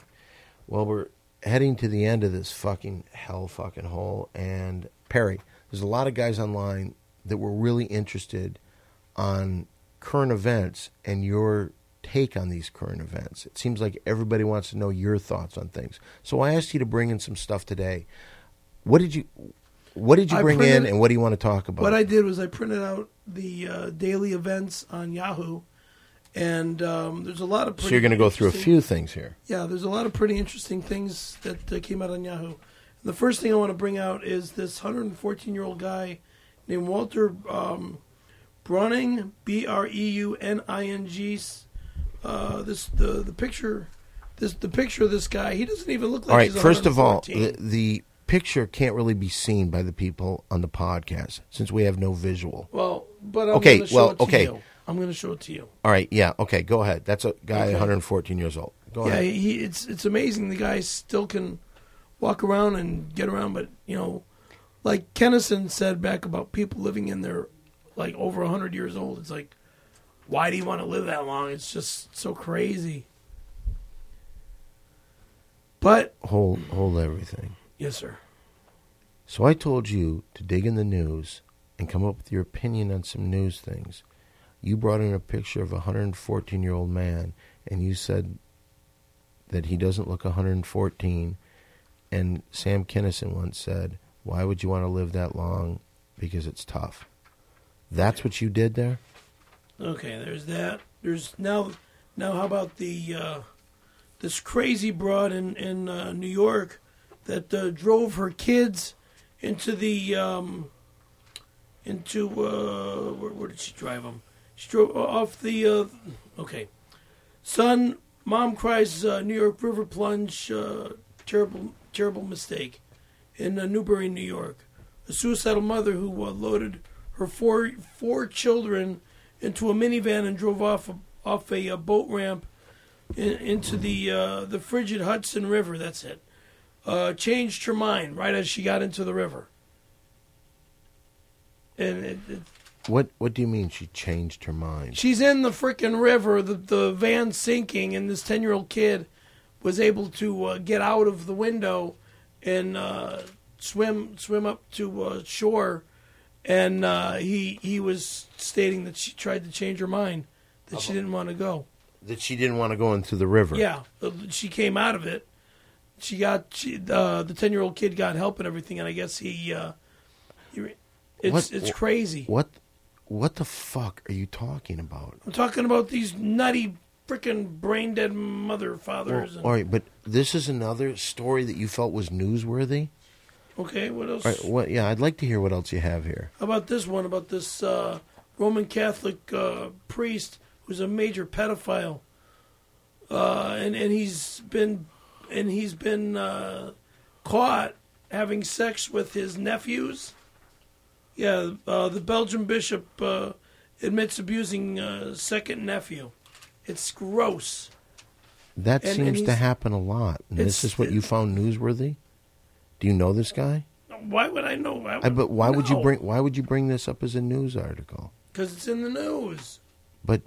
S1: Well, we're heading to the end of this fucking hell fucking hole. And Perry, there's a lot of guys online that were really interested on current events and your take on these current events. It seems like everybody wants to know your thoughts on things. So I asked you to bring in some stuff today. What did you what did you
S2: I
S1: bring in
S2: printed-
S1: and what do you want to talk about?
S2: What I did was I printed out the uh, daily events on Yahoo, and um, there's a lot of.
S1: So you're going to go through a
S2: interesting-
S1: few things here.
S2: Yeah, there's a lot of pretty interesting things that uh, came out on Yahoo. And the first thing I want to bring out is this 114 year old guy named Walter um, Browning, B R E U N I N G. Uh, this the the picture, this the picture of this guy. He doesn't even look like.
S1: All right.
S2: he's
S1: First of all,
S2: 114.
S1: the, the picture can't really be seen by the people on the podcast since we have no visual.
S2: Well, but I'm
S1: Okay,
S2: Gonna show
S1: well,
S2: it to
S1: okay.
S2: You. I'm going to show it to you.
S1: All right, yeah, okay, go ahead. That's a guy
S2: Okay.
S1: 114 years old. Go
S2: yeah,
S1: ahead.
S2: he, it's it's amazing the guy still can walk around and get around, but you know, like Kennison said back about people living in their like over hundred years old. It's like, why do you want to live that long? It's just so crazy. But
S1: Hold hold everything.
S2: yes, sir.
S1: So I told you to dig in the news and come up with your opinion on some news things. You brought in a picture of a 114 year old man, and you said that he doesn't look 114. And Sam Kinison once said, "Why would you want to live that long? Because it's tough." That's what you did there.
S2: Okay, there's that. There's now, now how about the uh, this crazy broad in in uh, New York that uh, drove her kids into the um, into uh, where, where did she drive them? She drove off the uh, okay. Son, mom cries. Uh, New York River plunge. Uh, terrible, terrible mistake in uh, Newbury, New York. A suicidal mother who uh, loaded her four four children into a minivan and drove off a, off a, uh boat ramp in, into the uh, the frigid Hudson River. That's it. Uh, changed her mind right as she got into the river. And it, it,
S1: What What do you mean she changed her mind?
S2: She's in the freaking river, the, the van sinking, and this 10 year old kid was able to uh, get out of the window and uh, swim swim up to uh, shore. And uh, he he was stating that she tried to change her mind, that she didn't want to go.
S1: That she didn't want to go into the river.
S2: Yeah, uh, she came out of it. She got she, uh, the ten year old kid got help and everything, and I guess he, uh, he re- it's
S1: What-
S2: it's crazy.
S1: What What the fuck are you talking about?
S2: I'm talking about these nutty freaking brain dead mother fathers.
S1: all right, but this is another story that you felt was newsworthy.
S2: and, okay, what else?
S1: All right, what? Yeah, I'd like to hear what else you have here.
S2: How about this one? About this uh, Roman Catholic uh, priest who's a major pedophile, uh, and and he's been and he's been uh, caught having sex with his nephews. Yeah, uh, the Belgian bishop uh, admits abusing uh, second nephew. It's gross.
S1: That
S2: And- and
S1: seems to
S2: he's-
S1: happen a lot. And this
S2: it's-
S1: is what you found newsworthy. Do you know this guy?
S2: Why would I know? I
S1: I, but why would you
S2: No.
S1: bring? Why would you bring this up as a news article?
S2: Because it's in the news.
S1: But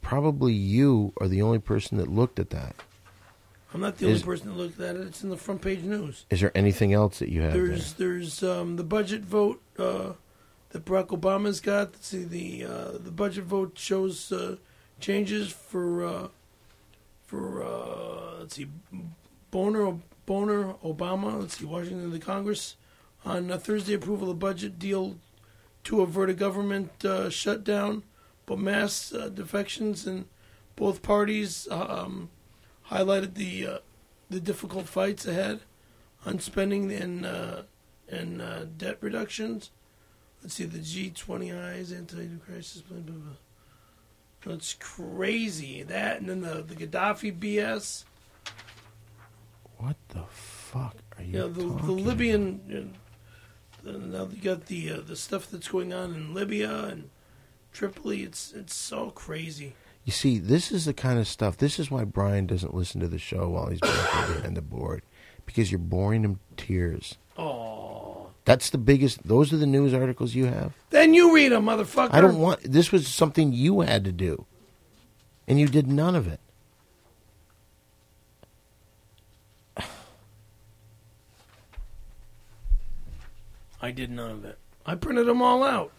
S1: probably you are the only person that looked at that.
S2: I'm not the only
S1: Is-
S2: person that looked at it. It's in the front page news.
S1: Is there anything else that you have
S2: There's there's um, the budget vote uh, that Barack Obama's got. Let's see the uh, the budget vote shows uh, changes for uh, for uh, let's see Boner Boner Obama. Let's see Washington the Congress on uh, Thursday approval of budget deal to avert a government uh, shutdown, but mass uh, defections in both parties um, highlighted the uh, the difficult fights ahead on spending and uh, and uh, debt reductions. Let's see the G20 eyes anti-crisis. Blah, blah, blah. That's crazy. That and then the, the Gaddafi BS.
S1: there? What the fuck are you?
S2: Yeah, the, the
S1: talking
S2: Libyan. uh, now you got the uh, the stuff that's going on in Libya and Tripoli. It's it's so crazy.
S1: You see, this is the kind of stuff. This is why Brian doesn't listen to the show while he's back there behind the board, because you're boring him to tears.
S2: Oh,
S1: That's the biggest. Those are the news articles you have.
S2: then you read them, motherfucker.
S1: I don't want. This was something you had to do, and you did none of it.
S2: I did none of it. I printed them all out.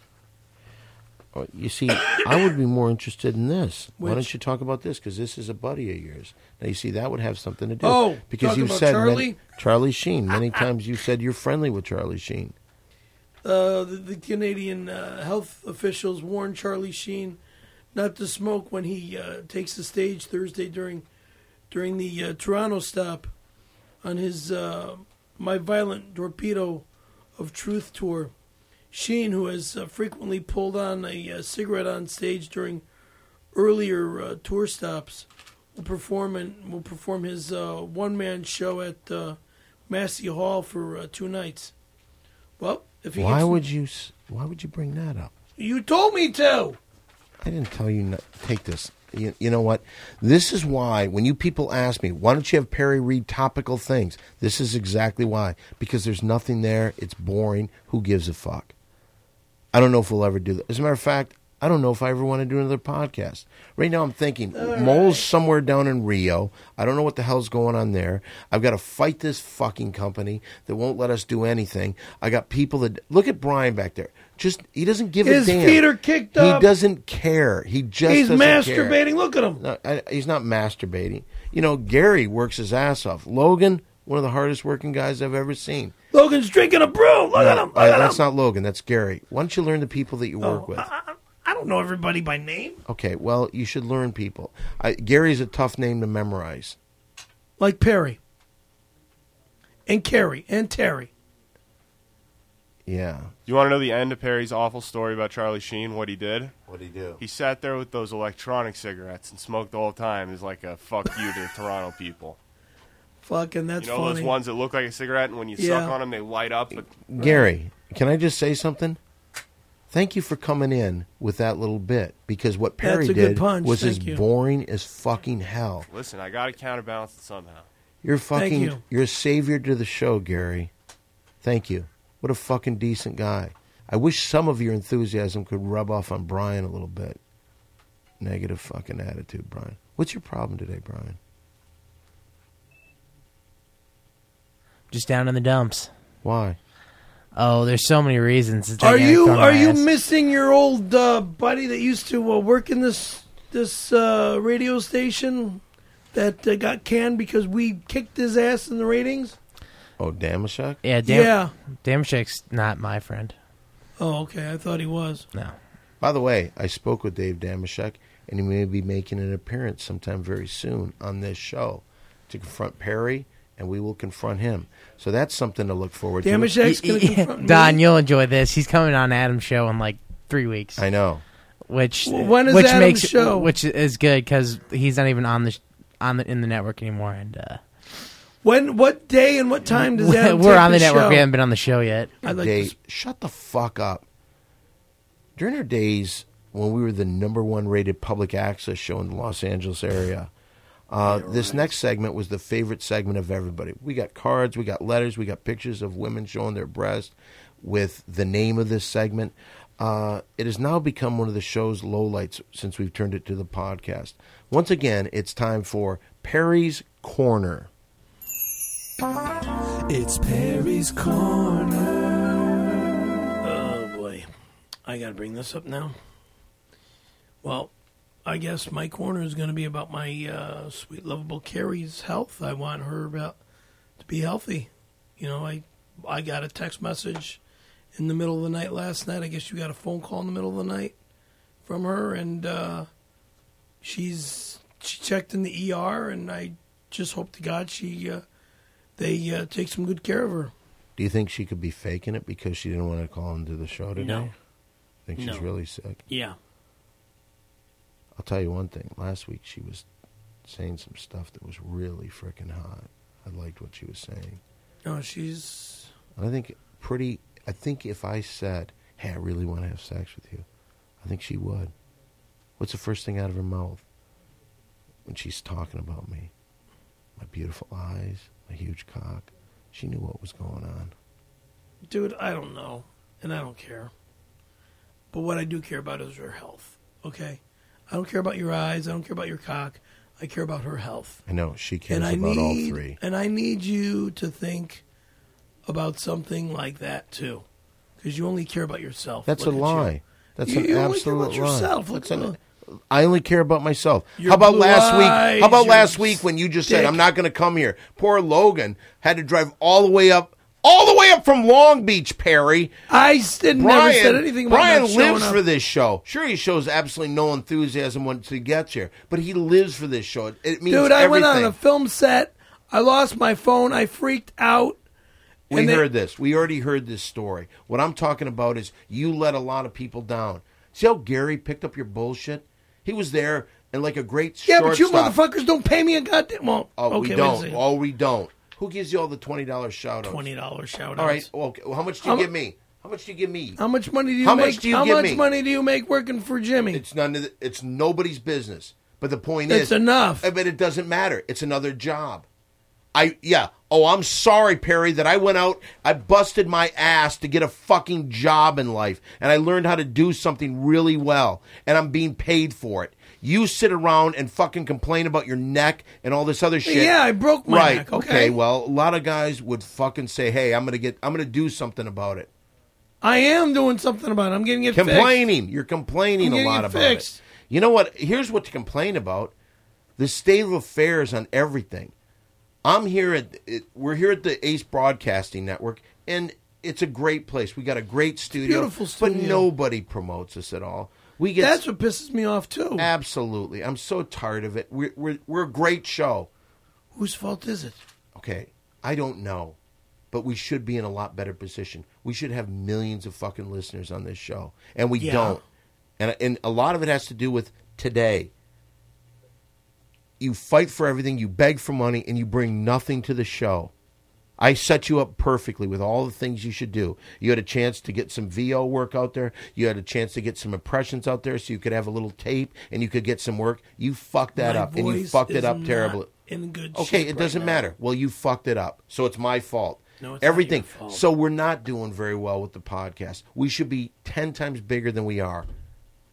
S1: Oh, You see, I would be more interested in this. Why
S2: Which?
S1: don't you talk about this? Because this is a buddy of yours. Now you see that would have something to do.
S2: Oh,
S1: because
S2: talk
S1: you
S2: about
S1: said many-
S2: Charlie?
S1: Charlie Sheen. Many times you said you're friendly with Charlie Sheen.
S2: Uh, the, the Canadian uh, health officials warn Charlie Sheen not to smoke when he uh, takes the stage Thursday during during the uh, Toronto stop on his uh, My Violent Torpedo of Truth tour. Sheen, who has uh, frequently pulled on a uh, cigarette on stage during earlier uh, tour stops, will perform and will perform his uh, one man show at uh, Massey Hall for uh, two nights. Well, if he
S1: Why
S2: gets-
S1: would you? s- Why would you bring that up?
S2: you told me to?
S1: I didn't tell you not take this. You, you know what? This is why when you people ask me, why don't you have Perry read topical things? This is exactly why. Because there's nothing there. It's boring. Who gives a fuck? I don't know if we'll ever do that. As a matter of fact, I don't know if I ever want to do another podcast. Right now, I'm thinking Mole's somewhere down in Rio. I don't know what the hell's going on there. I've got to fight this fucking company that won't let us do anything. I got people that look at Brian back there. Just he doesn't give
S2: His
S1: a damn.
S2: feet are kicked
S1: he
S2: up.
S1: doesn't care. He just
S2: He's
S1: doesn't care.
S2: masturbating. Look at him.
S1: No, I, he's not masturbating. You know, Gary works his ass off. Logan, one of the hardest working guys I've ever seen.
S2: Logan's drinking a brew. Look at him. Look
S1: Uh,
S2: at
S1: that's
S2: him. Oh, uh,
S1: not Logan. That's Gary. Why don't you learn the people that you work with?
S2: I don't know everybody by name.
S1: Okay, well, you should learn people. I, Gary's a tough name to memorize.
S2: Like Perry and Carrie and Terry.
S1: Yeah.
S10: You want to know the end of Perry's awful story about Charlie Sheen? What he did?
S1: What do you do?
S10: He sat there with those electronic cigarettes and smoked the whole time. Is like a fuck you to Toronto people.
S2: Fucking that's
S10: you know
S2: funny.
S10: those ones that look like a cigarette, and when you
S2: Yeah.
S10: suck on them, they light up. But
S1: Gary, can I just say something? Thank you for coming in with that little bit because what Perry
S2: That's a good
S1: did
S2: punch.
S1: was as
S2: Thank you.
S1: boring as fucking hell.
S10: listen, I got to counterbalance it somehow.
S1: You're fucking.
S2: you.
S1: are a savior to the show, Gary. Thank you. What a fucking decent guy. I wish some of your enthusiasm could rub off on Brian a little bit. Negative fucking attitude, Brian. What's your problem today, Brian?
S4: Just down in the dumps.
S1: Why?
S4: Oh, there's so many reasons. It's
S2: Are
S4: like, I
S2: you
S4: thought my
S2: are you
S4: ass-
S2: missing your old uh, buddy that used to uh, work in this this uh, radio station that uh, got canned because we kicked his ass in the ratings?
S1: Oh, damn, Ashok?
S4: Yeah, damn.
S2: Yeah.
S4: Damn Shake's not my friend.
S2: Oh, okay. I thought he was.
S4: No.
S1: By the way, I spoke with Dave Damashek, and he may be making an appearance sometime very soon on this show to confront Perry, and we will confront him. So that's something to look forward
S2: Damn
S1: to.
S2: Shack's gonna confront me.
S4: Don, you'll enjoy this. He's coming on Adam's show in like three weeks,
S1: I know.
S4: which
S2: Well, when is
S4: which
S2: Adam's
S4: makes
S2: show?
S4: which is good because he's not even on the sh- on the in the network anymore, and uh,
S2: When? What day and what time does that?
S4: we're on the network.
S2: Show?
S4: We haven't been on the show yet.
S2: I'd like
S1: Dave,
S2: to
S1: shut the fuck up. During our days when we were the number one rated public access show in the Los Angeles area, uh, this next segment was the favorite segment of everybody. We got cards, we got letters, we got pictures of women showing their breasts with the name of this segment. Uh, it has now become one of the show's lowlights since we've turned it to the podcast. Once again, it's time for Perry's Corner.
S8: It's Perry's Corner.
S2: Oh boy, I gotta bring this up now. Well, I guess my corner is gonna be about my uh, sweet, lovable Carrie's health. I want her about to be healthy. You know, I I got a text message in the middle of the night last night. I guess you got a phone call in the middle of the night from her, and uh, she's she checked in the ER, and I just hope to God she uh, they uh, take some good care of her.
S1: Do you think she could be faking it because she didn't want to call into the show today?
S2: No.
S1: Think she's
S2: No.
S1: really sick.
S2: Yeah.
S1: I'll tell you one thing. Last week she was saying some stuff that was really freaking hot. I liked what she was saying.
S2: No, she's
S1: And I think pretty. I think if I said, "Hey, I really want to have sex with you," I think she would. What's the first thing out of her mouth when she's talking about me? My beautiful eyes, my huge cock. She knew what was going on.
S2: Dude, I don't know, and I don't care. But what I do care about is her health. Okay, I don't care about your eyes. I don't care about your cock. I care about her health.
S1: I know she cares
S2: And I
S1: about
S2: need
S1: all three.
S2: and I need you to think about something like that too, because you only care about yourself.
S1: That's
S2: Look
S1: a
S2: at you.
S1: lie. That's
S2: You-
S1: an
S2: you only care
S1: absolute
S2: about
S1: lie.
S2: yourself. Look
S1: That's
S2: at
S1: an-
S2: the-
S1: I only care about myself.
S2: Your
S1: How about
S2: blue
S1: last week? How about
S2: eyes,
S1: last
S2: your
S1: week when you just said
S2: dick.
S1: I'm not going to come here? Poor Logan had to drive all the way up, all the way up from Long Beach, Perry.
S2: I s- didn't never
S1: Brian,
S2: said anything about
S1: Brian
S2: not showing
S1: lives
S2: up.
S1: for this show. Sure, he shows absolutely no enthusiasm once he gets here, but he lives for this show. It, it means
S2: Dude, I went on
S1: everything.
S2: a film set. I lost my phone. I freaked out.
S1: We
S2: And they-
S1: heard this. We already heard this story. What I'm talking about is you let a lot of people down. See how Gary picked up your bullshit? He was there and like a great
S2: Yeah, but you
S1: shortstop.
S2: motherfuckers don't pay me a goddamn. Well,
S1: Oh,
S2: okay,
S1: we
S2: wait a
S1: don't.
S2: second.
S1: Oh, we don't. Who gives you all the twenty dollars shout outs?
S2: $20 shout-outs.
S1: All right. well, Okay. Well, how much do you
S2: How mu-
S1: give me? How much do you give me?
S2: How much money do you
S1: How
S2: make?
S1: much do you
S2: how
S1: give
S2: much
S1: me?
S2: money do you make working for Jimmy?
S1: It's none of the, it's nobody's business. But the point
S2: It's
S1: is,
S2: enough.
S1: I mean, it doesn't matter. It's another job. I yeah. Oh, I'm sorry, Perry, that I went out. I busted my ass to get a fucking job in life, and I learned how to do something really well, and I'm being paid for it. You sit around and fucking complain about your neck and all this other shit.
S2: Yeah, I broke my
S1: right.
S2: neck, okay.
S1: okay, well, a lot of guys would fucking say, "Hey, I'm gonna get, I'm gonna do something about it."
S2: I am doing something about it. I'm getting it fixed.
S1: complaining. You're complaining
S2: I'm
S1: a
S2: getting
S1: lot
S2: it
S1: about
S2: fixed.
S1: it. You know what? Here's what to complain about: the state of affairs on everything. I'm here at it, we're here at the Ace Broadcasting Network, and it's a great place. We got a great studio,
S2: beautiful
S1: but
S2: studio.
S1: nobody promotes us at all. We get
S2: That's what pisses me off too.
S1: absolutely. I'm so tired of it. We're we're, we're a great show.
S2: Whose fault is it?
S1: Okay, I don't know, but we should be in a lot better position. We should have millions of fucking listeners on this show, and we
S2: Yeah.
S1: don't. And and a lot of it has to do with today. You fight for everything, you beg for money, and you bring nothing to the show. I set you up perfectly with all the things you should do. You had a chance to get some VO work out there. You had a chance to get some impressions out there so you could have a little tape and you could get some work. You fucked that
S2: My
S1: up and you
S2: voice
S1: fucked
S2: is
S1: it up
S2: not
S1: terribly.
S2: in good
S1: Okay,
S2: shape
S1: it
S2: right
S1: doesn't
S2: now.
S1: matter. Well, you fucked it up. So it's my fault.
S2: No, it's not
S1: Everything.
S2: your fault.
S1: So we're not doing very well with the podcast. We should be 10 times bigger than we are.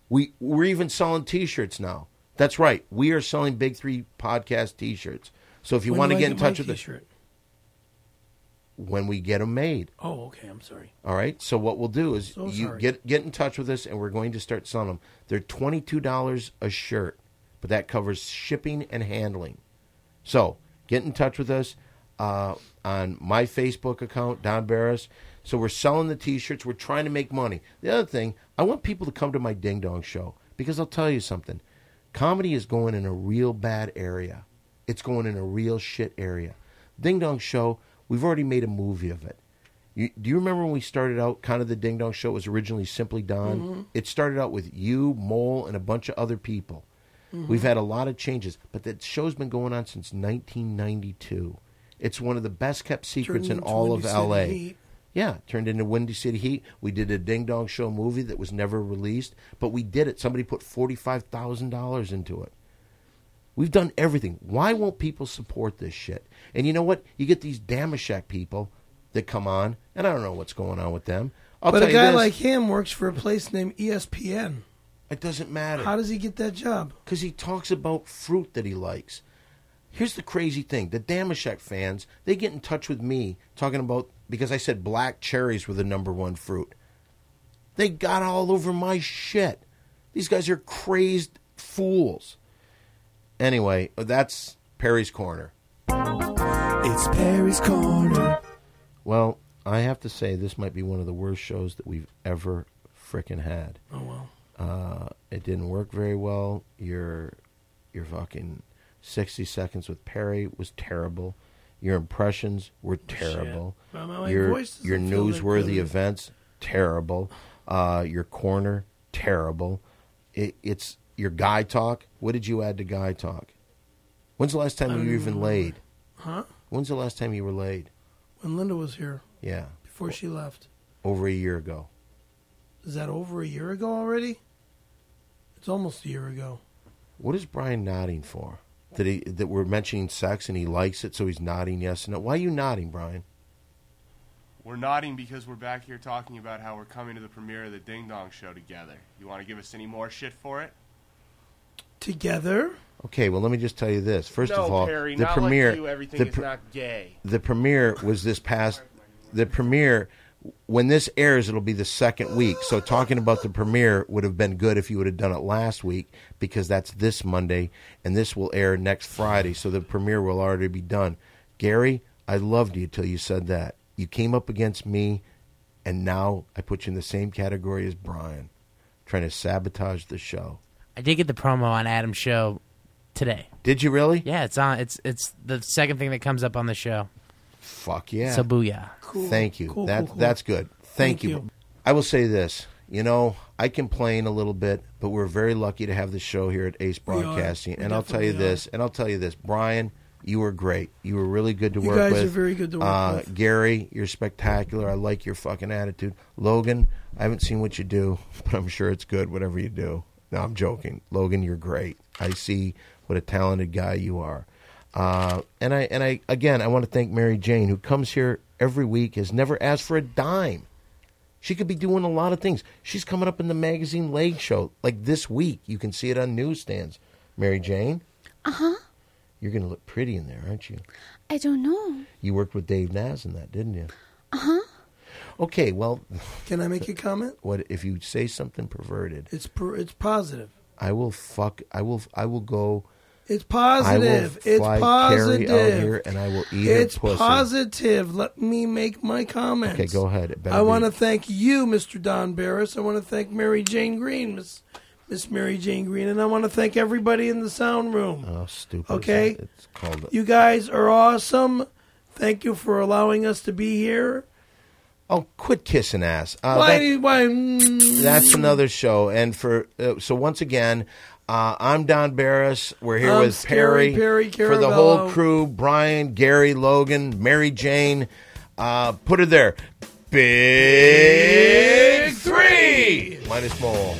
S1: We we're even selling t-shirts now. That's right. We are selling Big 3 podcast t-shirts. So if you
S2: When
S1: want to
S2: do I
S1: get in
S2: my
S1: touch with us
S2: t-shirt?
S1: when we get them made.
S2: Oh, okay. I'm sorry.
S1: All right. So what we'll do is
S2: So
S1: you
S2: sorry.
S1: get get in touch with us, and we're going to start selling them. They're twenty two dollars a shirt, but that covers shipping and handling. So get in touch with us uh, on my Facebook account, Don Barris. So we're selling the T-shirts. We're trying to make money. The other thing, I want people to come to my Ding Dong show because I'll tell you something: comedy is going in a real bad area. It's going in a real shit area. Ding Dong show. We've already made a movie of it. You, do you remember when we started out? Kind of the Ding Dong Show was originally Simply Don.
S2: Mm-hmm.
S1: It started out with you, Mole, and a bunch of other people.
S2: Mm-hmm.
S1: We've had a lot of changes, but that show's been going on since 1992. It's one of the best kept secrets
S2: Turned
S1: in
S2: into
S1: all of
S2: Windy City
S1: LA.
S2: Heat.
S1: Yeah, turned into Windy City Heat. We did a Ding Dong Show movie that was never released, but we did it. Somebody put $45,000 into it. We've done everything. Why won't people support this shit? And you know what? You get these Damashek people that come on, and I don't know what's going on with them. I'll
S2: but
S1: tell
S2: a guy
S1: you this,
S2: like him works for a place named E ESPN.
S1: it doesn't matter.
S2: How does he get that job?
S1: because he talks about fruit that he likes. Here's the crazy thing: the Damashek fans they get in touch with me talking about because I said black cherries were the number one fruit. They got all over my shit. These guys are crazed fools. Anyway, that's Perry's corner.
S8: It's Perry's Corner.
S1: Well, I have to say this might be one of the worst shows that we've ever frickin' had.
S2: Oh well.
S1: Uh, it didn't work very well. Your your fucking sixty seconds with Perry was terrible. Your impressions were terrible.
S2: Well, my- my
S1: your
S2: voice doesn't
S1: your
S2: feel that
S1: newsworthy
S2: good.
S1: events terrible. Uh, your corner terrible. It, it's your guy talk. What did you add to guy talk? When's the last time you were even laid?
S2: Huh?
S1: When's the last time you were laid?
S2: When Linda was here
S1: Yeah,
S2: before she left,
S1: over a year ago.
S2: is that over a year ago already? It's almost a year ago.
S1: What is Brian nodding for? That he that we're mentioning sex and he likes it, so he's nodding yes and no. Why are you nodding, Brian?
S10: We're nodding because we're back here talking about how we're coming to the premiere of the Ding Dong Show together. You want to give us any more shit for it?
S2: Together.
S1: Okay, well let me just tell you this. First
S10: no,
S1: of all,
S10: Perry,
S1: the
S10: not
S1: premiere
S10: like you. Everything
S1: the
S10: is
S1: pre-
S10: not gay.
S1: the premiere was this past the premiere when this airs it'll be the second week so talking about the premiere would have been good if you would have done it last week because that's this monday and this will air next friday so the premiere will already be done gary i loved you till you said that you came up against me and now i put you in the same category as brian trying to sabotage the show
S4: I did get the promo on Adam's show today.
S1: did you really
S4: Yeah, it's on. It's it's the second thing that comes up on the show.
S1: fuck yeah
S4: So booyah.
S1: Thank you.
S2: Cool,
S1: that
S2: cool, cool.
S1: that's good. Thank,
S2: Thank
S1: you.
S2: you.
S1: I will say this. You know, I complain a little bit, but we're very lucky to have this show here at Ace
S2: are.
S1: Broadcasting.
S2: We
S1: And I'll tell you
S2: definitely are.
S1: this. And I'll tell you this, Brian. you were great. You were really good to
S2: You
S1: work
S2: guys
S1: with.
S2: are very good to work
S1: uh,
S2: with.
S1: Gary, you're spectacular. I like your fucking attitude. Logan, I haven't seen what you do, but I'm sure it's good. Whatever you do. No, I'm joking. Logan, you're great. I see what a talented guy you are. Uh, and I and I again, I want to thank Mary Jane who comes here every week has never asked for a dime. She could be doing a lot of things. She's coming up in the magazine leg show like this week. You can see it on newsstands. Mary Jane,
S6: Uh huh.
S1: you're going to look pretty in there, aren't you?
S6: I don't know.
S1: You worked with Dave Naz in that, didn't you?
S6: Uh
S2: Uh-huh.
S6: huh.
S1: Okay, well,
S2: Can I make a comment?
S1: what if you say something perverted?
S2: It's per, it's positive.
S1: I will fuck. I will. I will go.
S2: It's
S1: I
S2: positive.
S1: will
S2: It's
S1: fly
S2: positive.
S1: Carrie out here and I will eat her
S2: It's
S1: pussy.
S2: positive. Let me make my comments.
S1: Okay, go ahead. It better
S2: I
S1: be-
S2: want to thank you, Mr. Don Barris. I want to thank Mary Jane Green, Miss Miss Mary Jane Green, and I want to thank everybody in the sound room.
S1: Oh, stupid.
S2: Okay.
S1: It's called.
S2: You guys are awesome. Thank you for allowing us to be here.
S1: Oh, quit kissing ass. Uh,
S2: why?
S1: that-
S2: do you- why? mm.
S1: that's another show. And for uh, so once again, uh, I'm Don Barris. We're here
S2: I'm
S1: with
S2: Scary
S1: Perry,
S2: Perry
S1: for the whole
S2: Caravello.
S1: crew: Brian, Gary, Logan, Mary Jane. Uh, put her there. Big three minus mole.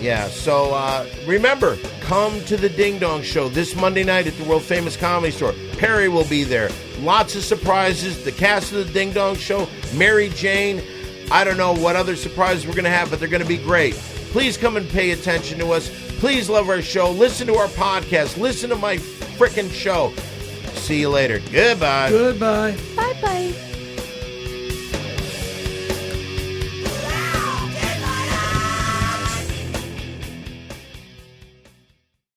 S1: Yeah. So uh, remember, come to the Ding Dong Show this Monday night at the world famous comedy store. Perry will be there. Lots of surprises. The cast of the Ding Dong Show, Mary Jane. I don't know what other surprises we're going to have, but they're going to be great. Please come and pay attention to us. Please love our show. Listen to our podcast. Listen to my frickin' show. See you later. Goodbye.
S2: Goodbye.
S6: Bye bye.